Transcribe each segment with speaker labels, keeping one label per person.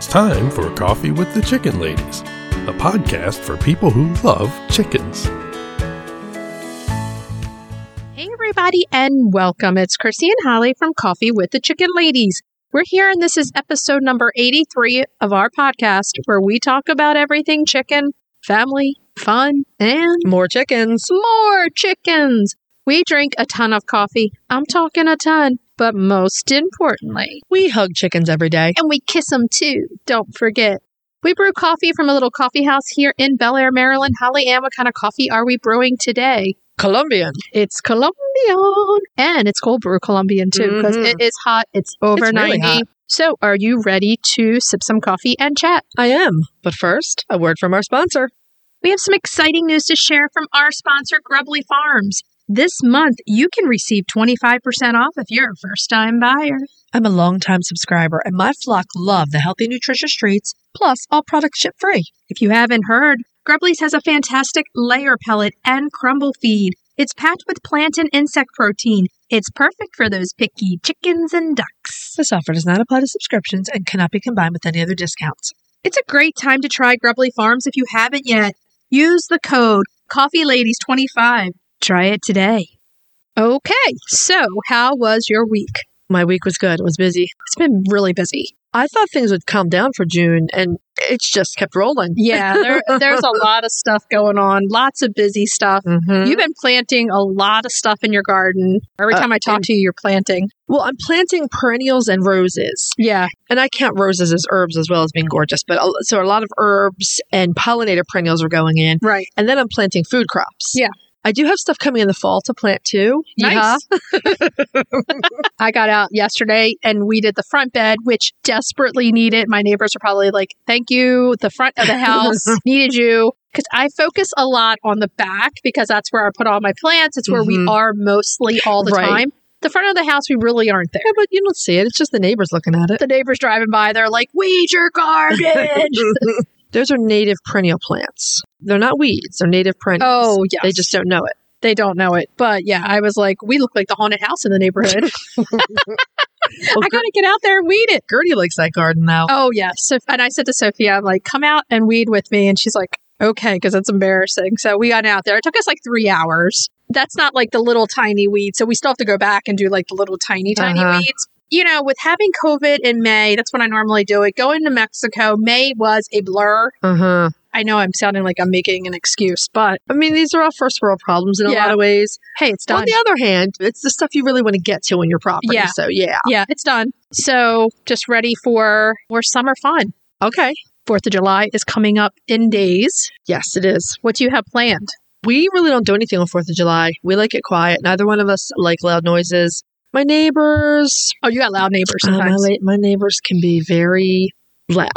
Speaker 1: time for Coffee with the Chicken Ladies, a podcast for people who love chickens.
Speaker 2: Hey, everybody, and welcome. It's Chrissy and Holly from Coffee with the Chicken Ladies. We're here, and this is episode number 83 of our podcast where we talk about everything chicken, family, fun, and
Speaker 3: More chickens.
Speaker 2: more chickens. We drink a ton of coffee. I'm talking a ton, but most importantly,
Speaker 3: We hug chickens every day.
Speaker 2: and we kiss them too. Don't forget. We brew coffee from a little coffee house here in Bel Air, Maryland. Holly Ann, what kind of coffee are we brewing today?
Speaker 3: Colombian.
Speaker 2: It's Colombian, and it's cold brew Colombian too because
Speaker 3: Mhm.
Speaker 2: it is hot. It's over
Speaker 3: It's really
Speaker 2: ninety.
Speaker 3: hot.
Speaker 2: So, are you ready to sip some coffee and chat?
Speaker 3: I am. But first, a word from our sponsor.
Speaker 2: We have some exciting news to share from our sponsor, Grubly Farms. This month, you can receive 25% off if you're a first time buyer.
Speaker 3: I'm a longtime subscriber, and my flock love the healthy, nutritious treats, plus all products ship free.
Speaker 2: If you haven't heard, Grubly's has a fantastic layer pellet and crumble feed. It's packed with plant and insect protein. It's perfect for those picky chickens and ducks.
Speaker 3: This offer does not apply to subscriptions and cannot be combined with any other discounts.
Speaker 2: It's a great time to try Grubly Farms if you haven't yet. Use the code CoffeeLadies25. Try it today. Okay, so how was your week?
Speaker 3: My week was good. It was busy.
Speaker 2: It's been really busy.
Speaker 3: I thought things would calm down for June, and it's just kept rolling.
Speaker 2: Yeah, there, there's a lot of stuff going on, lots of busy stuff.
Speaker 3: Mm-hmm.
Speaker 2: You've been planting a lot of stuff in your garden. Every
Speaker 3: Uh,
Speaker 2: time I talk
Speaker 3: and-
Speaker 2: to you, you're planting.
Speaker 3: well, I'm planting perennials and roses.
Speaker 2: Yeah.
Speaker 3: and I count roses as herbs as well as being gorgeous, but a- so a lot of herbs and pollinator perennials are going in,
Speaker 2: Right.
Speaker 3: and then I'm planting food crops.
Speaker 2: Yeah.
Speaker 3: I do have stuff coming in the fall to plant too.
Speaker 2: Nice. Uh-huh. I got out yesterday and weeded the front bed, which desperately needed. My neighbors are probably like, "Thank you." The front of the house needed you because I focus a lot on the back because that's where I put all my plants. It's where we
Speaker 3: Mhm.
Speaker 2: are mostly all the
Speaker 3: Right.
Speaker 2: time. The front of the house, we really aren't there.
Speaker 3: Yeah, but you don't see it. It's just the neighbors looking at it.
Speaker 2: The neighbors driving by, they're like, "Weed your garden."
Speaker 3: Those are native perennial plants. They're not weeds. They're native perennials.
Speaker 2: oh yeah,
Speaker 3: They just don't know it.
Speaker 2: they don't know it, but yeah, I was like, "We look like the haunted house in the neighborhood."
Speaker 3: Well,
Speaker 2: I gotta get out there and weed it.
Speaker 3: Gertie likes that garden now.
Speaker 2: Oh yeah. So and I said to Sophia, I'm like, come out and weed with me, and she's like, okay, because it's embarrassing. So we got out there. It took us like three hours. That's not like the little tiny weed. So we still have to go back and do like the little tiny tiny
Speaker 3: Uh-huh.
Speaker 2: weeds. You know, with having COVID in May, that's when I normally do it. Going to Mexico, May was a blur.
Speaker 3: Uh huh.
Speaker 2: I know I'm sounding like I'm making an excuse, but
Speaker 3: I mean, these are all first world problems in
Speaker 2: Yeah.
Speaker 3: a lot of ways.
Speaker 2: hey, it's done.
Speaker 3: On the other hand, it's the stuff you really want to get to on your property.
Speaker 2: Yeah.
Speaker 3: So yeah.
Speaker 2: yeah, it's done. So just ready for more summer fun.
Speaker 3: Okay.
Speaker 2: Fourth of July is coming up in days.
Speaker 3: Yes, it is.
Speaker 2: What do you have planned?
Speaker 3: we really don't do anything on Fourth of July. We like it quiet. Neither one of us like loud noises. My neighbors,
Speaker 2: Oh, you got loud neighbors
Speaker 3: uh, my,
Speaker 2: sometimes.
Speaker 3: la- my neighbors can be very loud.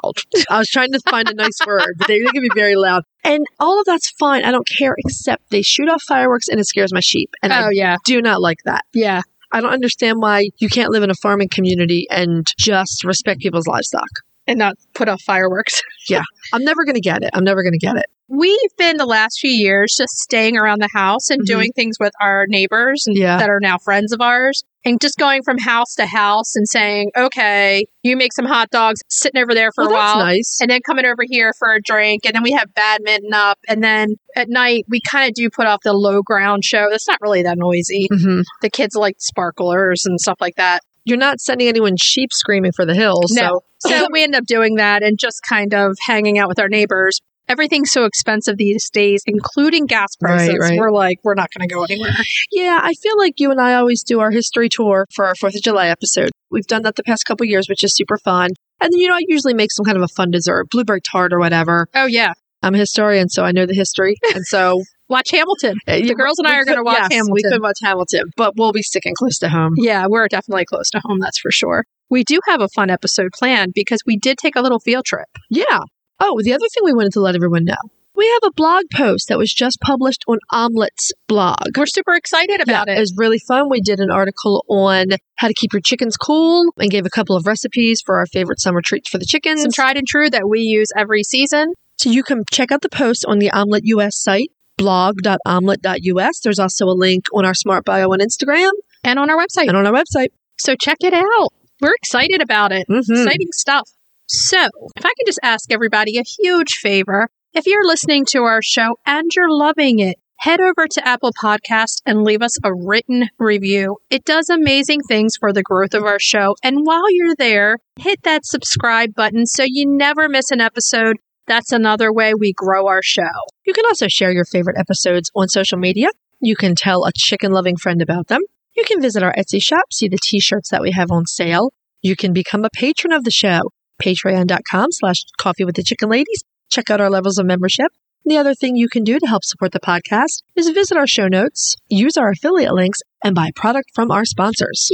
Speaker 3: I was trying to find a nice word, but they they can be very loud. And all of that's fine. I don't care, except they shoot off fireworks and it scares my sheep. And
Speaker 2: oh
Speaker 3: I
Speaker 2: yeah,
Speaker 3: do not like that.
Speaker 2: yeah.
Speaker 3: I don't understand why you can't live in a farming community and just respect people's livestock.
Speaker 2: and not put off fireworks.
Speaker 3: I'm never going to get it. I'm never going to get it.
Speaker 2: We've been the last few years just staying around the house and
Speaker 3: Mhm.
Speaker 2: doing things with our neighbors and
Speaker 3: Yeah.
Speaker 2: that are now friends of ours and just going from house to house and saying, "Okay, you make some hot dogs sitting over there for
Speaker 3: Well,
Speaker 2: a
Speaker 3: that's
Speaker 2: while."
Speaker 3: nice.
Speaker 2: And then coming over here for a drink, and then we have badminton up, and then at night we kind of do put off the low ground show. That's not really that noisy.
Speaker 3: Mhm.
Speaker 2: The kids like sparklers and stuff like that.
Speaker 3: You're not sending anyone sheep screaming for the hills.
Speaker 2: No.
Speaker 3: So
Speaker 2: So we end up doing that and just kind of hanging out with our neighbors. Everything's so expensive these days, including gas prices.
Speaker 3: Right, right.
Speaker 2: We're like, we're not going to go anywhere.
Speaker 3: Yeah, I feel like you and I always do our history tour for our Fourth of July episode. We've done that the past couple years, which is super fun. And then, you know, I usually make some kind of a fun dessert, blueberry tart or whatever.
Speaker 2: Oh, yeah.
Speaker 3: I'm a historian, so I know the history. And so eh,
Speaker 2: Watch Hamilton. The girls and I are going to watch Hamilton.
Speaker 3: We could watch Hamilton, but we'll be sticking close to home.
Speaker 2: Yeah, we're definitely close to home, that's for sure. We do have a fun episode planned because we did take a little field trip.
Speaker 3: Yeah. Oh, the other thing we wanted to let everyone know we have a blog post that was just published on Omelets blog.
Speaker 2: We're super excited about
Speaker 3: yeah,
Speaker 2: it.
Speaker 3: It was really fun. We did an article on how to keep your chickens cool and gave a couple of recipes for our favorite summer treats for the chickens.
Speaker 2: Some tried and true that we use every season.
Speaker 3: So you can check out the post on the Omelet US site, blog.omelet.us. There's also a link on our smart bio on Instagram
Speaker 2: And on our website.
Speaker 3: and on our website.
Speaker 2: So check it out. We're excited about it.
Speaker 3: Mm-hmm.
Speaker 2: Exciting stuff. So, if I could just ask everybody a huge favor, if you're listening to our show and you're loving it, head over to Apple Podcast and leave us a written review. It does amazing things for the growth of our show. And while you're there, hit that subscribe button so you never miss an episode. That's another way we grow our show.
Speaker 3: You can also share your favorite episodes on social media. You can tell a chicken loving friend about them. You can visit our Etsy shop, see the t shirts that we have on sale. You can become a patron of the show, patreon.com slash coffee with the chicken ladies. Check out our levels of membership. The other thing you can do to help support the podcast is visit our show notes, use our affiliate links, and buy product from our sponsors.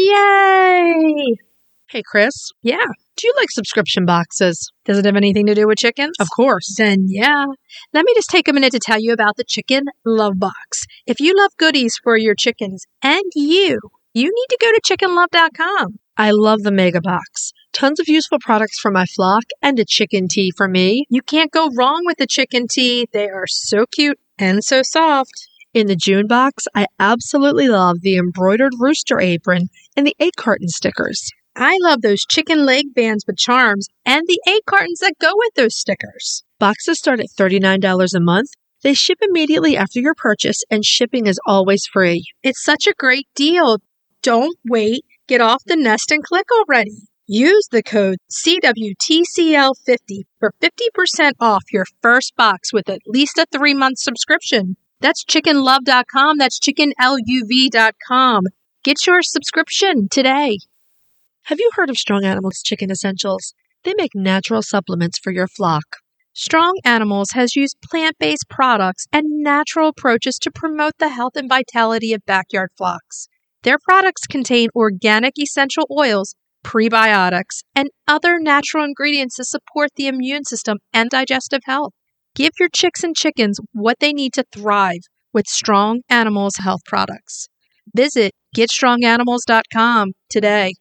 Speaker 2: Yay!
Speaker 3: Hey, Chris,
Speaker 2: Yeah.
Speaker 3: do you like subscription boxes?
Speaker 2: Does it have anything to do with chickens?
Speaker 3: Of course.
Speaker 2: Then, yeah. Let me just take a minute to tell you about the Chicken Love Box. If you love goodies for your chickens and you, you need to go to chickenlove.com.
Speaker 3: I love the Mega Box. Tons of useful products for my flock and a chicken tea for me.
Speaker 2: You can't go wrong with the chicken tea. They are so cute and so soft.
Speaker 3: In the June box, I absolutely love the embroidered rooster apron and the egg carton stickers.
Speaker 2: I love those chicken leg bands with charms and the egg cartons that go with those stickers.
Speaker 3: Boxes start at $39 a month. They ship immediately after your purchase, and shipping is always free.
Speaker 2: It's such a great deal. Don't wait. Get off the nest and click already. Use the code CWTCL50 for 50% off your first box with at least a three month subscription. That's chickenlove.com. That's chickenluv.com. Get your subscription today.
Speaker 3: Have you heard of Strong Animals Chicken Essentials? They make natural supplements for your flock.
Speaker 2: Strong Animals has used plant based products and natural approaches to promote the health and vitality of backyard flocks. Their products contain organic essential oils, prebiotics, and other natural ingredients to support the immune system and digestive health. Give your chicks and chickens what they need to thrive with Strong Animals health products. Visit getstronganimals.com today.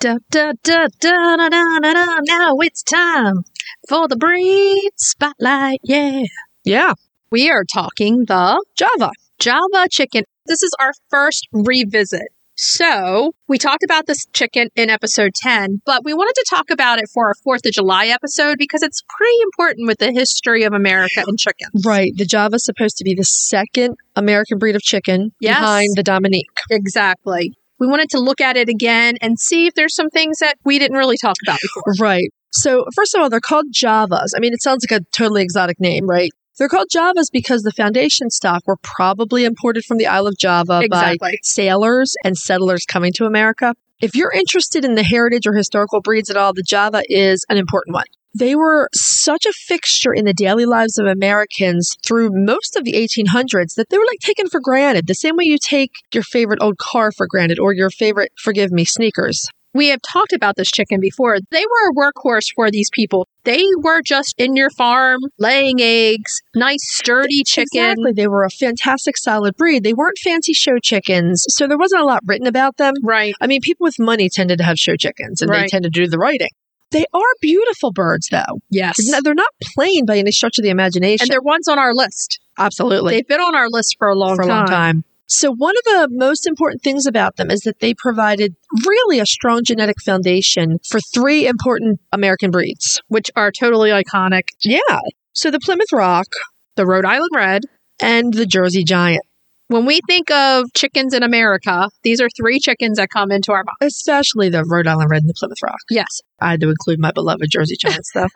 Speaker 2: Da, da, da, da, da, da, da, da. Now it's time for the breed spotlight. Yeah.
Speaker 3: Yeah,
Speaker 2: We are talking the
Speaker 3: Java.
Speaker 2: Java chicken. This is our first revisit. So, we talked about this chicken in episode 10, but we wanted to talk about it for our 4th of July episode because it's pretty important with the history of America and chickens.
Speaker 3: Right, the Java is supposed to be the second American breed of chicken
Speaker 2: Yes.
Speaker 3: behind the Dominique.
Speaker 2: Exactly. We wanted to look at it again and see if there's some things that we didn't really talk about before.
Speaker 3: Right. So, first of all, they're called Javas. I mean, it sounds like a totally exotic name, right? They're called Javas because the foundation stock were probably imported from the Isle of Java by
Speaker 2: exactly.
Speaker 3: sailors and settlers coming to America. If you're interested in the heritage or historical breeds at all, the Java is an important one. They were such a fixture in the daily lives of Americans through most of the 1800s that they were like taken for granted, the same way you take your favorite old car for granted or your favorite, forgive me, sneakers.
Speaker 2: We have talked about this chicken before. They were a workhorse for these people. They were just in your farm, laying eggs, nice, sturdy chicken.
Speaker 3: Exactly. They were a fantastic solid breed. They weren't fancy show chickens, so there wasn't a lot written about them.
Speaker 2: Right.
Speaker 3: I mean, people with money tended to have show chickens and they
Speaker 2: Right.
Speaker 3: tended to do the writing. They are beautiful birds, though.
Speaker 2: Yes.
Speaker 3: No, They're not plain by any stretch of the imagination.
Speaker 2: And they're ones on our list.
Speaker 3: absolutely
Speaker 2: They've been on our list for a long,
Speaker 3: for a
Speaker 2: time.
Speaker 3: long time. So, one of the most important things about them is that they provided really a strong genetic foundation for three important American breeds.
Speaker 2: which are totally iconic.
Speaker 3: Yeah. So, the Plymouth Rock
Speaker 2: The Rhode Island Red.
Speaker 3: and the Jersey Giant.
Speaker 2: When we think of chickens in America, these are three chickens that come into our mind.
Speaker 3: especially the Rhode Island Red and the Plymouth Rock.
Speaker 2: Yes.
Speaker 3: I had to include my beloved Jersey Giants, though.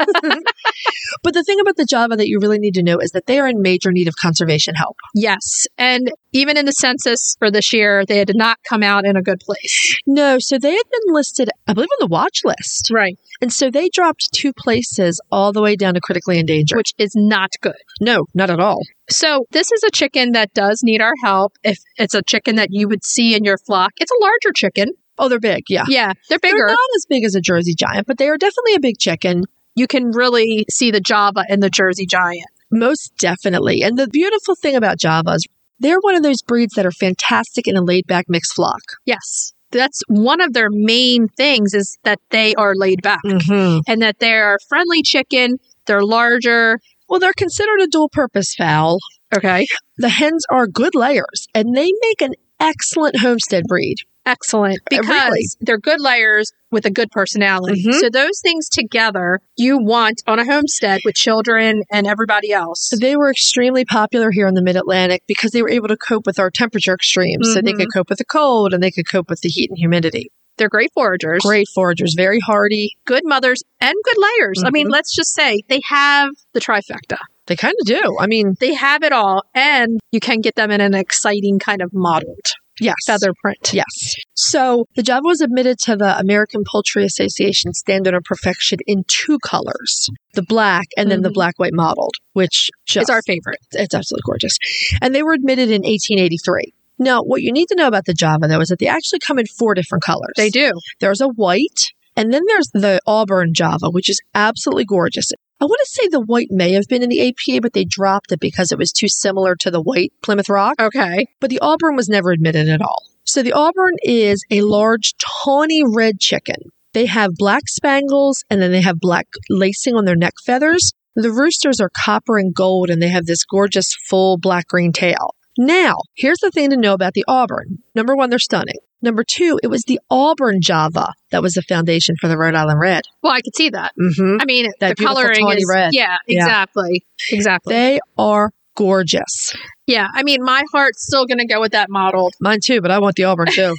Speaker 3: but the thing about the Java that you really need to know is that they are in major need of conservation help.
Speaker 2: Yes. And even in the census for this year, they did not come out in a good place.
Speaker 3: No, so they had been listed, I believe, on the watch list.
Speaker 2: Right.
Speaker 3: And so they dropped two places all the way down to critically endangered.
Speaker 2: Which is not good.
Speaker 3: no, not at all.
Speaker 2: So, this is a chicken that does need our help. If it's a chicken that you would see in your flock, it's a larger chicken.
Speaker 3: Oh, they're big, yeah.
Speaker 2: Yeah, they're bigger.
Speaker 3: They're not as big as a Jersey Giant, but they are definitely a big chicken.
Speaker 2: you can really see the Java and the Jersey Giant.
Speaker 3: Most definitely. And the beautiful thing about Javas, they're one of those breeds that are fantastic in a laid back mixed flock.
Speaker 2: Yes. That's one of their main things is that they are laid back
Speaker 3: Mm-hmm.
Speaker 2: and that they are friendly chicken. They're larger.
Speaker 3: Well, they're considered a dual purpose fowl.
Speaker 2: Okay.
Speaker 3: The hens are good layers and they make an excellent homestead breed.
Speaker 2: Excellent. Because
Speaker 3: Really?
Speaker 2: they're good layers with a good personality.
Speaker 3: Mhm.
Speaker 2: So those things together you want on a homestead with children and everybody else.
Speaker 3: They were extremely popular here in the mid Atlantic because they were able to cope with our temperature extremes. So they
Speaker 2: Mhm.
Speaker 3: could cope with the cold and they could cope with the heat and humidity.
Speaker 2: They're great foragers.
Speaker 3: Great foragers, very hardy.
Speaker 2: Good mothers and good layers. I
Speaker 3: Mm-hmm.
Speaker 2: mean, let's just say they have the trifecta.
Speaker 3: They kind of do. I mean,
Speaker 2: They have it all and you can get them in an exciting kind of mottled
Speaker 3: yes.
Speaker 2: feather print.
Speaker 3: Yes. So the Java was admitted to the American Poultry Association Standard of Perfection in two colors the black and then the
Speaker 2: Mhm.
Speaker 3: black white mottled, which just
Speaker 2: It's our favorite.
Speaker 3: it's absolutely gorgeous. And they were admitted in 1883. Now, what you need to know about the Java, though, is that they actually come in four different colors.
Speaker 2: They do.
Speaker 3: There's a white, and then there's the auburn Java, which is absolutely gorgeous. I want to say the white may have been in the APA, but they dropped it because it was too similar to the white Plymouth Rock.
Speaker 2: Okay.
Speaker 3: But the auburn was never admitted at all. So the auburn is a large, tawny red chicken. They have black spangles, and then they have black lacing on their neck feathers. The roosters are copper and gold, and they have this gorgeous, full black green tail. Now, here's the thing to know about the auburn. Number one, they're stunning. Number two, it was the auburn Java that was the foundation for the Rhode Island Red.
Speaker 2: Well, I could see that.
Speaker 3: Mm-hmm.
Speaker 2: I mean,
Speaker 3: That
Speaker 2: the
Speaker 3: beautiful
Speaker 2: coloring
Speaker 3: tawny
Speaker 2: is
Speaker 3: red.
Speaker 2: yeah,
Speaker 3: Yeah.
Speaker 2: exactly, exactly.
Speaker 3: They are gorgeous.
Speaker 2: yeah, I mean, my heart's still going to go with that mottled.
Speaker 3: Mine too, but I want the auburn too.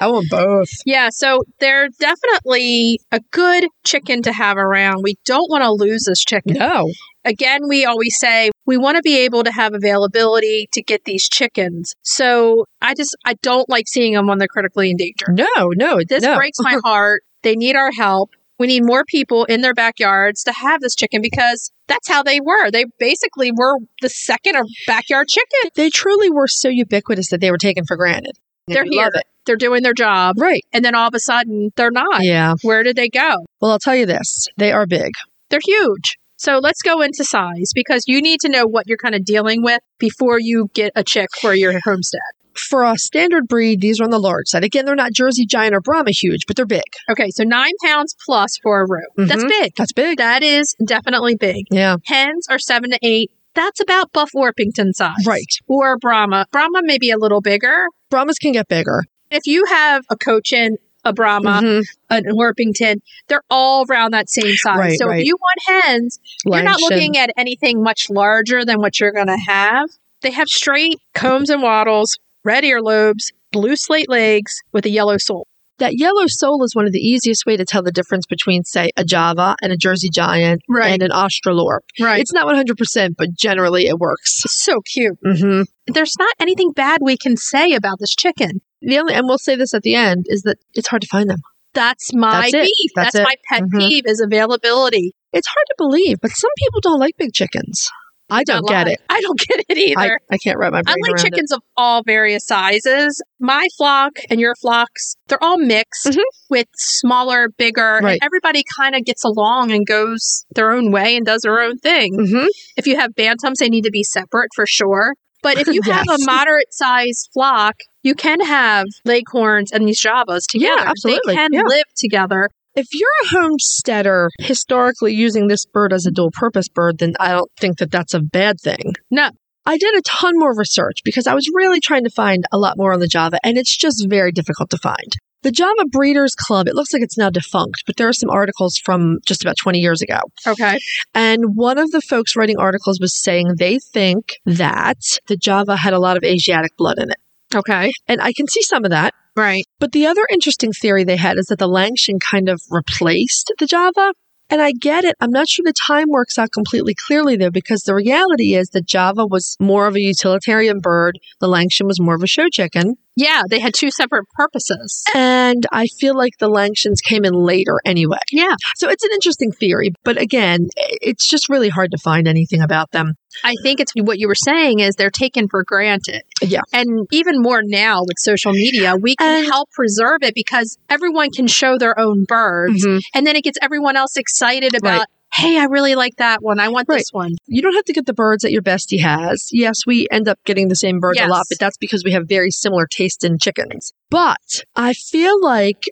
Speaker 3: I want both.
Speaker 2: Yeah, so they're definitely a good chicken to have around. We don't want to lose this chicken.
Speaker 3: No.
Speaker 2: Again, we always say we want to be able to have availability to get these chickens. So I just I don't like seeing them when they're critically endangered.
Speaker 3: No, no.
Speaker 2: This
Speaker 3: no.
Speaker 2: breaks my heart. They need our help. We need more people in their backyards to have this chicken because that's how they were. They basically were the second or backyard chicken.
Speaker 3: they truly were so ubiquitous that they were taken for granted.
Speaker 2: They're
Speaker 3: We love
Speaker 2: here. They're doing their job.
Speaker 3: it. Right.
Speaker 2: And then all of a sudden, they're not.
Speaker 3: Yeah.
Speaker 2: Where did they go?
Speaker 3: Well, I'll tell you this they are big.
Speaker 2: They're huge. So let's go into size because you need to know what you're kind of dealing with before you get a chick for your homestead.
Speaker 3: For a standard breed, these are on the large side. Again, they're not Jersey Giant or Brahma huge, but they're big.
Speaker 2: Okay, so nine pounds plus for a room. That's
Speaker 3: Mhm.
Speaker 2: big.
Speaker 3: That's big.
Speaker 2: That is definitely big.
Speaker 3: Yeah.
Speaker 2: Hens are seven to eight. That's about Buff Orpington size.
Speaker 3: Right.
Speaker 2: Or Brahma. Brahma may be a little bigger.
Speaker 3: Brahmas can get bigger.
Speaker 2: If you have a Cochin, a Brahma,
Speaker 3: Mhm.
Speaker 2: an Orpington, they're all around that same size.
Speaker 3: Right,
Speaker 2: so
Speaker 3: right.
Speaker 2: if you want hens, You're not
Speaker 3: Langshan.
Speaker 2: looking at anything much larger than what you're going to have. They have straight combs and wattles, red earlobes, blue slate legs with a yellow sole.
Speaker 3: That yellow sole is one of the easiest way to tell the difference between, say, a Java and a Jersey Giant
Speaker 2: Right.
Speaker 3: and an Australorp.
Speaker 2: Right. It's
Speaker 3: It's not 100%, but generally it works.
Speaker 2: so cute.
Speaker 3: Mm-hmm.
Speaker 2: There's not anything bad we can say about this chicken.
Speaker 3: The only, and we'll say this at the end, is that it's hard to find them.
Speaker 2: That's my
Speaker 3: That's it.
Speaker 2: beef.
Speaker 3: That's
Speaker 2: That's,
Speaker 3: it.
Speaker 2: my pet
Speaker 3: Mhm.
Speaker 2: peeve is availability.
Speaker 3: It's hard to believe, but some people don't like big chickens. I don't
Speaker 2: Not
Speaker 3: get
Speaker 2: lying.
Speaker 3: it.
Speaker 2: I don't get it either.
Speaker 3: I, I can't wrap my
Speaker 2: I
Speaker 3: brain
Speaker 2: like
Speaker 3: around
Speaker 2: chickens of all various sizes. My flock and your flocks, they're all mixed
Speaker 3: Mhm.
Speaker 2: with smaller, bigger,
Speaker 3: Right.
Speaker 2: and everybody kind of gets along and goes their own way and does their own thing.
Speaker 3: it. hmm
Speaker 2: If you have bantams, they need to be separate for sure. But if you have
Speaker 3: Yes.
Speaker 2: a moderate sized flock, you can have leghorns and these javas
Speaker 3: Yeah,
Speaker 2: together.
Speaker 3: absolutely.
Speaker 2: They can
Speaker 3: Yeah.
Speaker 2: live together.
Speaker 3: If you're a homesteader historically using this bird as a dual purpose bird, then I don't think that that's a bad thing.
Speaker 2: No.
Speaker 3: I did a ton more research because I was really trying to find a lot more on the Java, and it's just very difficult to find. The Java Breeders Club, it looks like it's now defunct, but there are some articles from just about 20 years ago.
Speaker 2: Okay.
Speaker 3: And one of the folks writing articles was saying they think that the Java had a lot of Asiatic blood in it.
Speaker 2: Okay.
Speaker 3: And I can see some of that.
Speaker 2: Right.
Speaker 3: But the other interesting theory they had is that the Langshan kind of replaced the Java. And I get it. I'm not sure the time works out completely clearly, though, because the reality is that Java was more of a utilitarian bird, the Langshan was more of a show chicken.
Speaker 2: Yeah, they had two separate purposes.
Speaker 3: And I feel like the Langshans came in later anyway.
Speaker 2: Yeah.
Speaker 3: So it's an interesting theory. But again, i- it's just really hard to find anything about them.
Speaker 2: I think it's what you were saying is they're taken for granted.
Speaker 3: Yeah.
Speaker 2: And even more now with social media, we can
Speaker 3: And-
Speaker 2: help preserve it because everyone can show their own birds and then it gets everyone else excited about,
Speaker 3: Mm-hmm. Right.
Speaker 2: hey, I really like that one. I want
Speaker 3: Right.
Speaker 2: this one.
Speaker 3: you don't have to get the birds that your bestie has. Yes, we end up getting the same birds
Speaker 2: Yes.
Speaker 3: a lot, but that's because we have very similar taste in chickens. But I feel like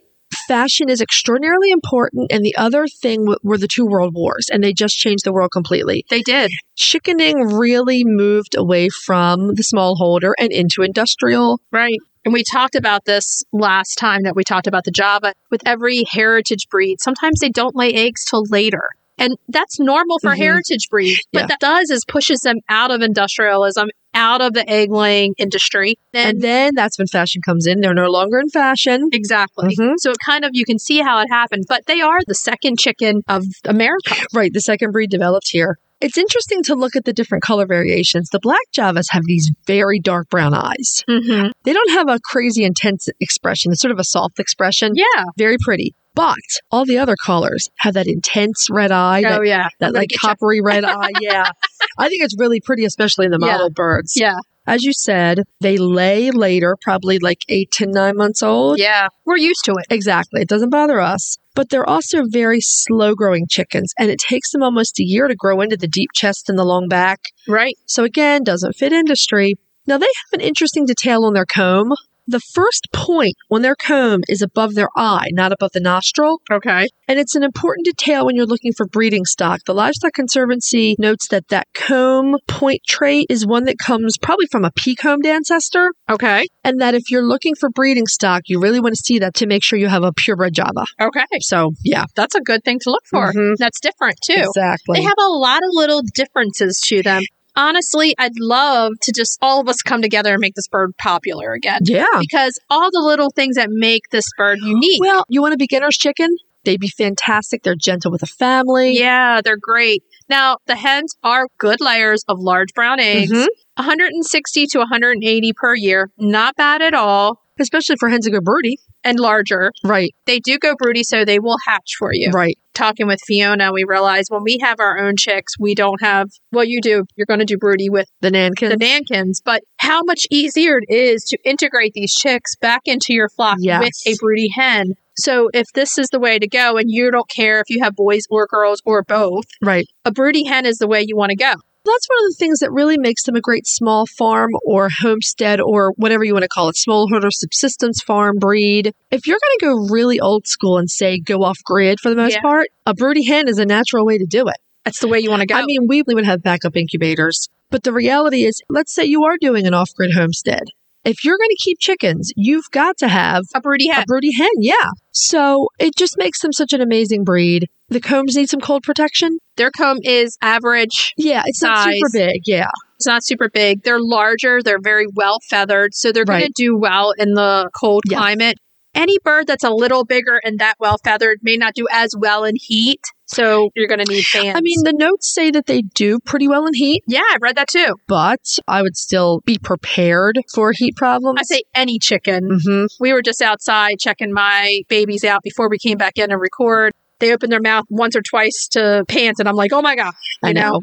Speaker 3: fashion is extraordinarily important. And the other thing w- were the two world wars, and they just changed the world completely.
Speaker 2: They did.
Speaker 3: Chickening really moved away from the smallholder and into industrial
Speaker 2: Right. And we talked about this last time that we talked about the Java. With every heritage breed, sometimes they don't lay eggs till later. And that's normal for
Speaker 3: Mhm.
Speaker 2: heritage breeds. What
Speaker 3: Yeah.
Speaker 2: that does is pushes them out of industrialism, out of the egg laying industry.
Speaker 3: And then that's when fashion comes in. They're no longer in fashion.
Speaker 2: Exactly.
Speaker 3: Mhm.
Speaker 2: So it kind of you can see how it happened, but they are the second chicken of America.
Speaker 3: Right, the second breed developed here. It's interesting to look at the different color variations. The black Javas have these very dark brown eyes.
Speaker 2: Mm-hmm.
Speaker 3: They don't have a crazy intense expression. It's sort of a soft expression.
Speaker 2: Yeah.
Speaker 3: Very pretty. But all the other colors have that intense red eye,
Speaker 2: oh yeah. I'm
Speaker 3: that, that
Speaker 2: gonna
Speaker 3: like
Speaker 2: get you.
Speaker 3: coppery red eye. Yeah. I think it's really pretty, especially in the
Speaker 2: Yeah.
Speaker 3: model birds.
Speaker 2: Yeah.
Speaker 3: As you said, they lay later, probably like eight to nine months old.
Speaker 2: Yeah. We're used to it.
Speaker 3: Exactly. It doesn't bother us. But they're also very slow growing chickens, and it takes them almost a year to grow into the deep chest and the long back.
Speaker 2: Right.
Speaker 3: So, again, doesn't fit industry. Now, they have an interesting detail on their comb. The first point on their comb is above their eye, not above the nostril.
Speaker 2: Okay.
Speaker 3: And it's an important detail when you're looking for breeding stock. The Livestock Conservancy notes that that comb point trait is one that comes probably from a peacombed ancestor.
Speaker 2: Okay.
Speaker 3: And that if you're looking for breeding stock, you really want to see that to make sure you have a purebred Java.
Speaker 2: Okay.
Speaker 3: So, yeah.
Speaker 2: That's a good thing to look for.
Speaker 3: Mhm.
Speaker 2: That's different too.
Speaker 3: Exactly.
Speaker 2: They have a lot of little differences to them. Honestly, I'd love to just all of us come together and make this bird popular again.
Speaker 3: yeah. Oh,
Speaker 2: Because all the little things that make this bird unique.
Speaker 3: Well, you want a beginner's chicken? They'd be fantastic. They're gentle with a family.
Speaker 2: Yeah, they're great. Now, the hens are good layers of large brown eggs,
Speaker 3: Mhm.
Speaker 2: 160 to 180 per year. Not bad at all,
Speaker 3: Especially for hens that go broody.
Speaker 2: and larger.
Speaker 3: Right.
Speaker 2: They do go broody, so they will hatch for you.
Speaker 3: Right.
Speaker 2: Talking with Fiona, we realized when we have our own chicks, we don't have, well, you do, you're going to do broody with
Speaker 3: The nankin.
Speaker 2: the Nankins, but how much easier it is to integrate these chicks back into your flock
Speaker 3: Yes.
Speaker 2: with a broody hen. So if this is the way to go and you don't care if you have boys or girls or both,
Speaker 3: right.
Speaker 2: a broody hen is the way you want to go.
Speaker 3: That's one of the things that really makes them a great small farm or homestead or whatever you want to call it, smallholder subsistence farm breed. If you're going to go really old school and say go off grid for the most
Speaker 2: Yeah.
Speaker 3: part, a broody hen is a natural way to do it.
Speaker 2: That's the way you want to go.
Speaker 3: I mean, we would have backup incubators. But the reality is, let's say you are doing an off grid homestead. If you're going to keep chickens, you've got to have
Speaker 2: a broody
Speaker 3: a
Speaker 2: hen.
Speaker 3: broody hen. Yeah. So it just makes them such an amazing breed. The combs need some cold protection.
Speaker 2: Their comb is average.
Speaker 3: Yeah. It's not super
Speaker 2: Size.
Speaker 3: big. Yeah.
Speaker 2: It's not super big. They're larger. They're very well feathered. So they're going
Speaker 3: Right.
Speaker 2: to do well in the cold
Speaker 3: Yes.
Speaker 2: climate. Any bird that's a little bigger and that well feathered may not do as well in heat. So you're going to need fans.
Speaker 3: I mean, the notes say that they do pretty well in heat,
Speaker 2: yeah, I read that too.
Speaker 3: but I would still be prepared for heat problems.
Speaker 2: I say any chicken.
Speaker 3: hmm
Speaker 2: We were just outside checking my babies out before we came back in and record. They opened their mouth once or twice to pant, and I'm like, oh my God.
Speaker 3: I
Speaker 2: You
Speaker 3: know.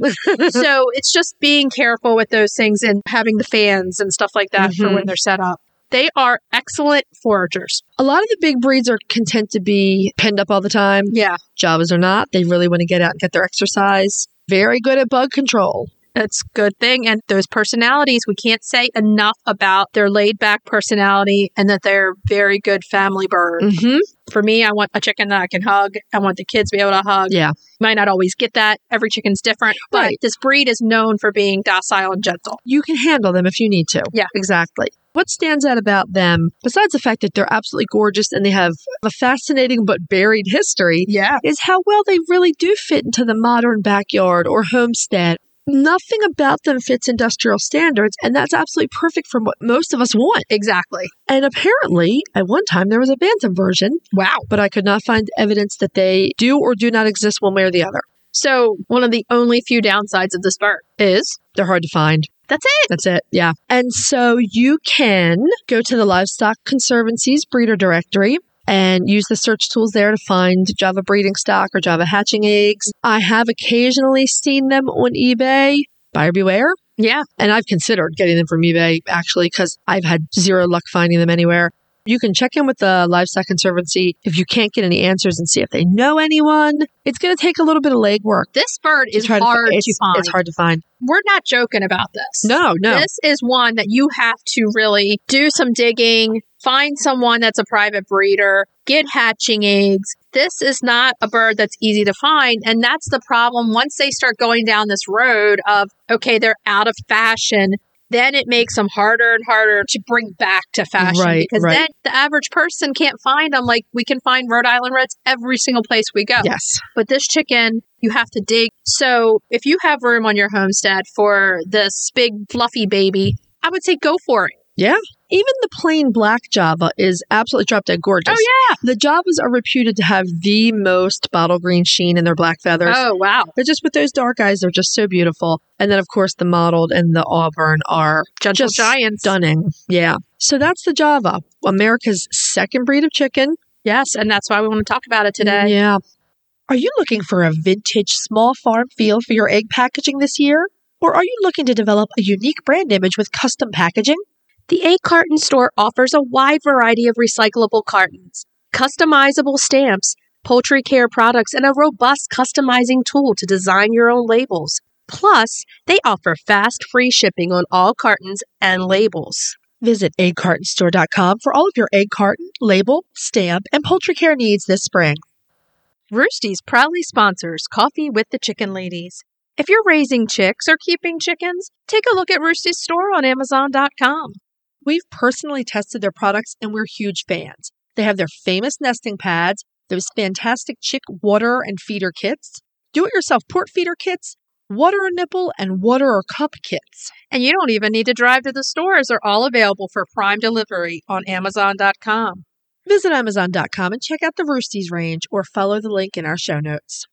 Speaker 2: so it's just being careful with those things and having the fans and stuff like that for
Speaker 3: Mhm.
Speaker 2: when they're set up. They are excellent foragers.
Speaker 3: A lot of the big breeds are content to be penned up all the time.
Speaker 2: Yeah,
Speaker 3: Javas are not. They really want to get out and get their exercise. Very good at bug control.
Speaker 2: that's a good thing. And those personalities, we can't say enough about their laid back personality and that they're very good family birds.
Speaker 3: Mm-hmm.
Speaker 2: For me, I want a chicken that I can hug. I want the kids to be able to hug.
Speaker 3: Yeah.
Speaker 2: Might not always get that. Every chicken's different. But
Speaker 3: Right.
Speaker 2: this breed is known for being docile and gentle.
Speaker 3: You can handle them if you need to.
Speaker 2: Yeah.
Speaker 3: exactly. What stands out about them, besides the fact that they're absolutely gorgeous and they have a fascinating but buried history,
Speaker 2: Yeah.
Speaker 3: is how well they really do fit into the modern backyard or homestead. Nothing about them fits industrial standards, and that's absolutely perfect for what most of us want.
Speaker 2: Exactly.
Speaker 3: And apparently, at one time, there was a bantam version,
Speaker 2: Wow.
Speaker 3: but I could not find evidence that they do or do not exist one way or the other.
Speaker 2: So, one of the only few downsides of this bird is
Speaker 3: They're hard to find.
Speaker 2: that's it.
Speaker 3: That's it. Yeah. And so you can go to the Livestock Conservancy's breeder directory and use the search tools there to find Java breeding stock or Java hatching eggs. I have occasionally seen them on eBay. Buyer beware.
Speaker 2: Yeah.
Speaker 3: And I've considered getting them from eBay actually because I've had zero luck finding them anywhere. You can check in with the Livestock Conservancy if you can't get any answers and see if they know anyone. It's going to take a little bit of legwork.
Speaker 2: This bird
Speaker 3: to
Speaker 2: is
Speaker 3: try to-
Speaker 2: hard to,
Speaker 3: it's-
Speaker 2: find.
Speaker 3: It's hard to find.
Speaker 2: We're not joking about this.
Speaker 3: No, Oh, no.
Speaker 2: This is one that you have to really do some digging, find someone that's a private breeder, get hatching eggs. This is not a bird that's easy to find. And that's the problem once they start going down this road of, okay, they're out of fashion. then it makes them harder and harder to bring back to fashion
Speaker 3: Right,
Speaker 2: because
Speaker 3: right.
Speaker 2: then the average person can't find them. Like we can find Rhode Island Reds every single place we go.
Speaker 3: Yes.
Speaker 2: But this chicken, you have to dig. So if you have room on your homestead for this big fluffy baby, I would say go for it.
Speaker 3: Even the plain black Java is absolutely drop dead gorgeous.
Speaker 2: oh
Speaker 3: The Javas are reputed to have the most bottle green sheen in their black feathers.
Speaker 2: Oh wow.
Speaker 3: They're just with those dark eyes, they're just so beautiful. And then, of course, the mottled and the auburn are
Speaker 2: Gentle
Speaker 3: Just
Speaker 2: giants.
Speaker 3: stunning. Yeah. So that's the Java, America's second breed of chicken.
Speaker 2: Yes, and that's why we want to talk about it today.
Speaker 3: Yeah. Are you looking for a vintage small farm feel for your egg packaging this year? Or are you looking to develop a unique brand image with custom packaging?
Speaker 2: The A Carton store offers a wide variety of recyclable cartons, customizable stamps, poultry care products, and a robust customizing tool to design your own labels. Plus, they offer fast free shipping on all cartons and labels.
Speaker 3: Visit eggcartonstore.com for all of your egg carton, label, stamp, and poultry care needs this spring.
Speaker 2: Roosties proudly sponsors Coffee with the Chicken Ladies. If you're raising chicks or keeping chickens, take a look at Roostie's store on Amazon.com.
Speaker 3: We've personally tested their products and we're huge fans. They have their famous nesting pads, those fantastic chick water and feeder kits, do it yourself port feeder kits, water or nipple, and water or cup kits.
Speaker 2: And you don't even need to drive to the stores, they're all available for prime delivery on Amazon.com.
Speaker 3: Visit Amazon.com and check out the Roosties range or follow the link in our show notes.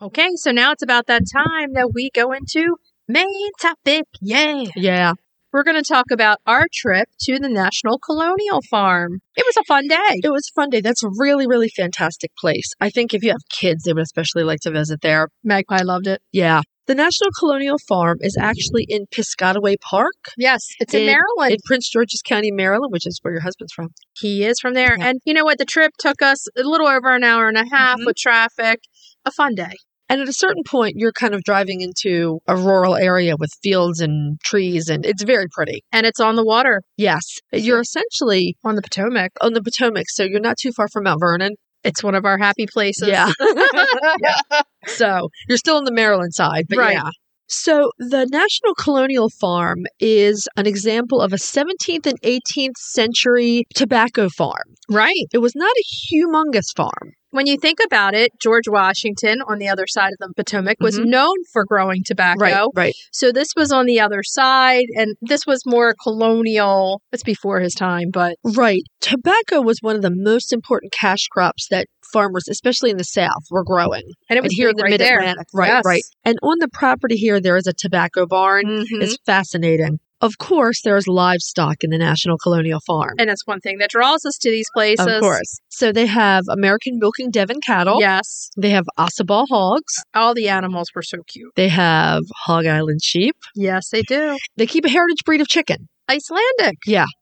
Speaker 2: Okay, so now it's about that time that we go into main topic. Yay!
Speaker 3: Yeah.
Speaker 2: We're going to talk about our trip to the National Colonial Farm. It was a fun day.
Speaker 3: It was a fun day. That's a really, really fantastic place. I think if you have kids, they would especially like to visit there.
Speaker 2: Magpie loved it.
Speaker 3: Yeah. The National Colonial Farm is actually in Piscataway Park
Speaker 2: Yes, it's in
Speaker 3: It-
Speaker 2: Maryland.
Speaker 3: in Prince George's County, Maryland, which is where your husband's from.
Speaker 2: he is from there.
Speaker 3: Yeah.
Speaker 2: And you know what? The trip took us a little over an hour and a half
Speaker 3: Mhm.
Speaker 2: with traffic. A fun day.
Speaker 3: And at a certain point, you're kind of driving into a rural area with fields and trees, and it's very pretty.
Speaker 2: And it's on the water
Speaker 3: Yes. You're essentially
Speaker 2: on the Potomac.
Speaker 3: on the Potomac, so you're not too far from Mount Vernon.
Speaker 2: It's one of our happy places.
Speaker 3: Yeah. So you're still on the Maryland side, but
Speaker 2: Right.
Speaker 3: yeah. So the National Colonial Farm is an example of a 17th and 18th century tobacco farm.
Speaker 2: right.
Speaker 3: It was not a humongous farm.
Speaker 2: When you think about it, George Washington on the other side of the Potomac was
Speaker 3: Mhm.
Speaker 2: known for growing tobacco.
Speaker 3: right.
Speaker 2: So this was on the other side, and this was more colonial. It's before his time, but
Speaker 3: Right. Tobacco was one of the most important cash crops that farmers, especially in the South, were growing.
Speaker 2: and it was
Speaker 3: and here in the
Speaker 2: right
Speaker 3: Mid
Speaker 2: there.
Speaker 3: Atlantic. Right,
Speaker 2: Yes.
Speaker 3: right. And on the property here, there is a tobacco barn.
Speaker 2: Mhm.
Speaker 3: It's fascinating. Of course, there's livestock in the National Colonial Farm.
Speaker 2: And that's one thing that draws us to these places.
Speaker 3: Of course. So they have American milking Devon cattle.
Speaker 2: Yes,
Speaker 3: They have Ossabaw hogs.
Speaker 2: all the animals were so cute.
Speaker 3: They have Hog Island sheep.
Speaker 2: Yes, they do.
Speaker 3: They keep a heritage breed of chicken,
Speaker 2: Icelandic